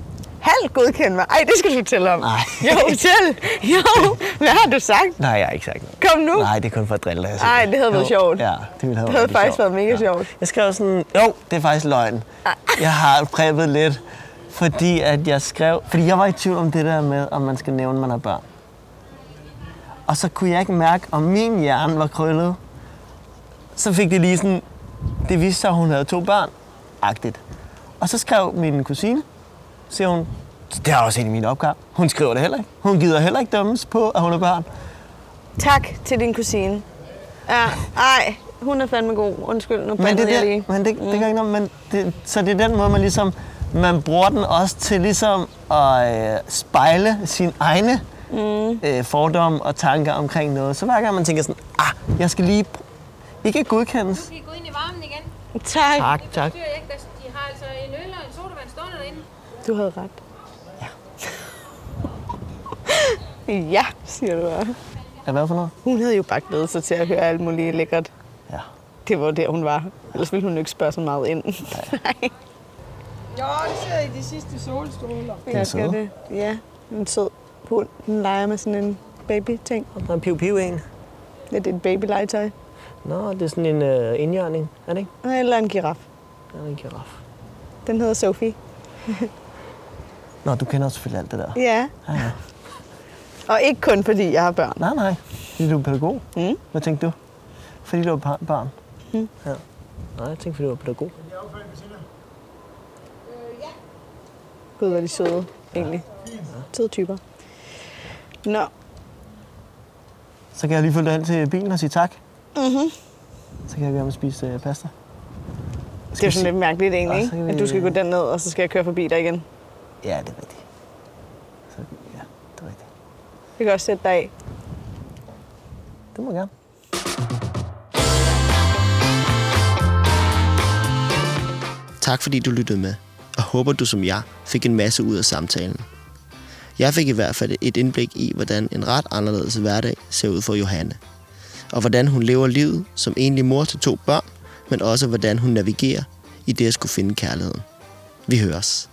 Speaker 2: Halv godkendt mig. Ej, det skal du fortælle om.
Speaker 1: Nej.
Speaker 2: Jo, fortæl. Jo, hvad har du sagt?
Speaker 1: Nej, jeg har ikke sagt noget.
Speaker 2: Kom nu.
Speaker 1: Nej, det er kun for at drille dig. jeg siger
Speaker 2: Ej, det havde
Speaker 1: Jo,
Speaker 2: været sjovt.
Speaker 1: Ja, det ville have
Speaker 2: Det havde
Speaker 1: rigtig
Speaker 2: faktisk
Speaker 1: sjovt.
Speaker 2: været mega sjovt.
Speaker 1: Jeg skrev sådan, jo, det er faktisk løgn. Jeg har præppet lidt, fordi at jeg skrev, fordi jeg var i tvivl om det der med, om man skal nævne, at man har børn. Og så kunne jeg ikke mærke, om min hjerne var krøllet. Så fik det lige sådan, det viste sig, at hun havde to børn. Agtigt. Og så skrev min kusine, siger hun, det er også en af mine opgaver. Hun skriver det heller ikke. Hun gider heller ikke dømmes på, at hun har børn.
Speaker 2: Tak til din kusine. Ja, ej, hun er fandme god. Undskyld, nu
Speaker 1: Men
Speaker 2: bandede
Speaker 1: det,
Speaker 2: jeg
Speaker 1: er
Speaker 2: lige.
Speaker 1: det, men det, det gør ikke Mm. noget, men det, så det er den måde, man ligesom, man bruger den også til ligesom at øh, spejle sine egne mm. øh, fordomme og tanker omkring noget. Så hver gang man tænker sådan, ah, jeg skal lige, pr- ikke
Speaker 5: Nu
Speaker 1: godkendes.
Speaker 5: kan I gå ind i varmen igen.
Speaker 2: Tak.
Speaker 1: Tak,
Speaker 5: Det
Speaker 1: tak.
Speaker 5: forstyrrer jeg ikke. Der- De har altså en øl og en sodavand stående derinde.
Speaker 2: Du havde ret. Ja. ja, siger du bare.
Speaker 1: Er hvad for noget?
Speaker 2: Hun havde jo bare glædet sig til at høre alt muligt lækkert.
Speaker 1: Ja.
Speaker 2: Det var der, hun var. Ellers ville hun jo ikke spørge så meget ind. Nej.
Speaker 6: Jo, det sidder i de sidste solstoler.
Speaker 2: Jeg skal det. Ja, en sød hund. Den leger med sådan en baby-ting.
Speaker 1: Der er en piv en.
Speaker 2: Lidt et baby-legetøj.
Speaker 1: Nå, det er sådan en øh, indjørning, er det ikke?
Speaker 2: Eller en giraf.
Speaker 1: Det er en giraf.
Speaker 2: Den hedder Sophie.
Speaker 1: Nå, du kender selvfølgelig alt det der.
Speaker 2: Ja.
Speaker 1: ja.
Speaker 2: Og ikke kun fordi jeg har børn.
Speaker 1: Nej, nej. Fordi du er pædagog.
Speaker 2: Mm.
Speaker 1: Hvad tænkte du? Fordi du var barn? barn. Ja. Hmm. Nej, jeg tænkte, fordi du var pædagog.
Speaker 2: Gud, hvor er de søde, egentlig. Søde typer. Nå.
Speaker 7: Så kan jeg lige følge dig hen til bilen og sige tak. Mm-hmm. Så kan jeg gå hjem og spise øh, pasta.
Speaker 2: Det er jo sådan lidt mærkeligt egentlig,
Speaker 7: Ja, så kan
Speaker 2: ikke?
Speaker 7: vi-
Speaker 2: At du skal gå den ned, og så skal jeg køre forbi dig igen.
Speaker 7: Ja, det er rigtigt. Så, ja, det er rigtigt.
Speaker 2: Vi kan også sætte dig af.
Speaker 7: Det må jeg gerne.
Speaker 4: Tak fordi du lyttede med, og håber du som jeg fik en masse ud af samtalen. Jeg fik i hvert fald et indblik i, hvordan en ret anderledes hverdag ser ud for Johanne. Og hvordan hun lever livet som enlig mor til to børn, men også hvordan hun navigerer i det at skulle finde kærligheden. Vi høres.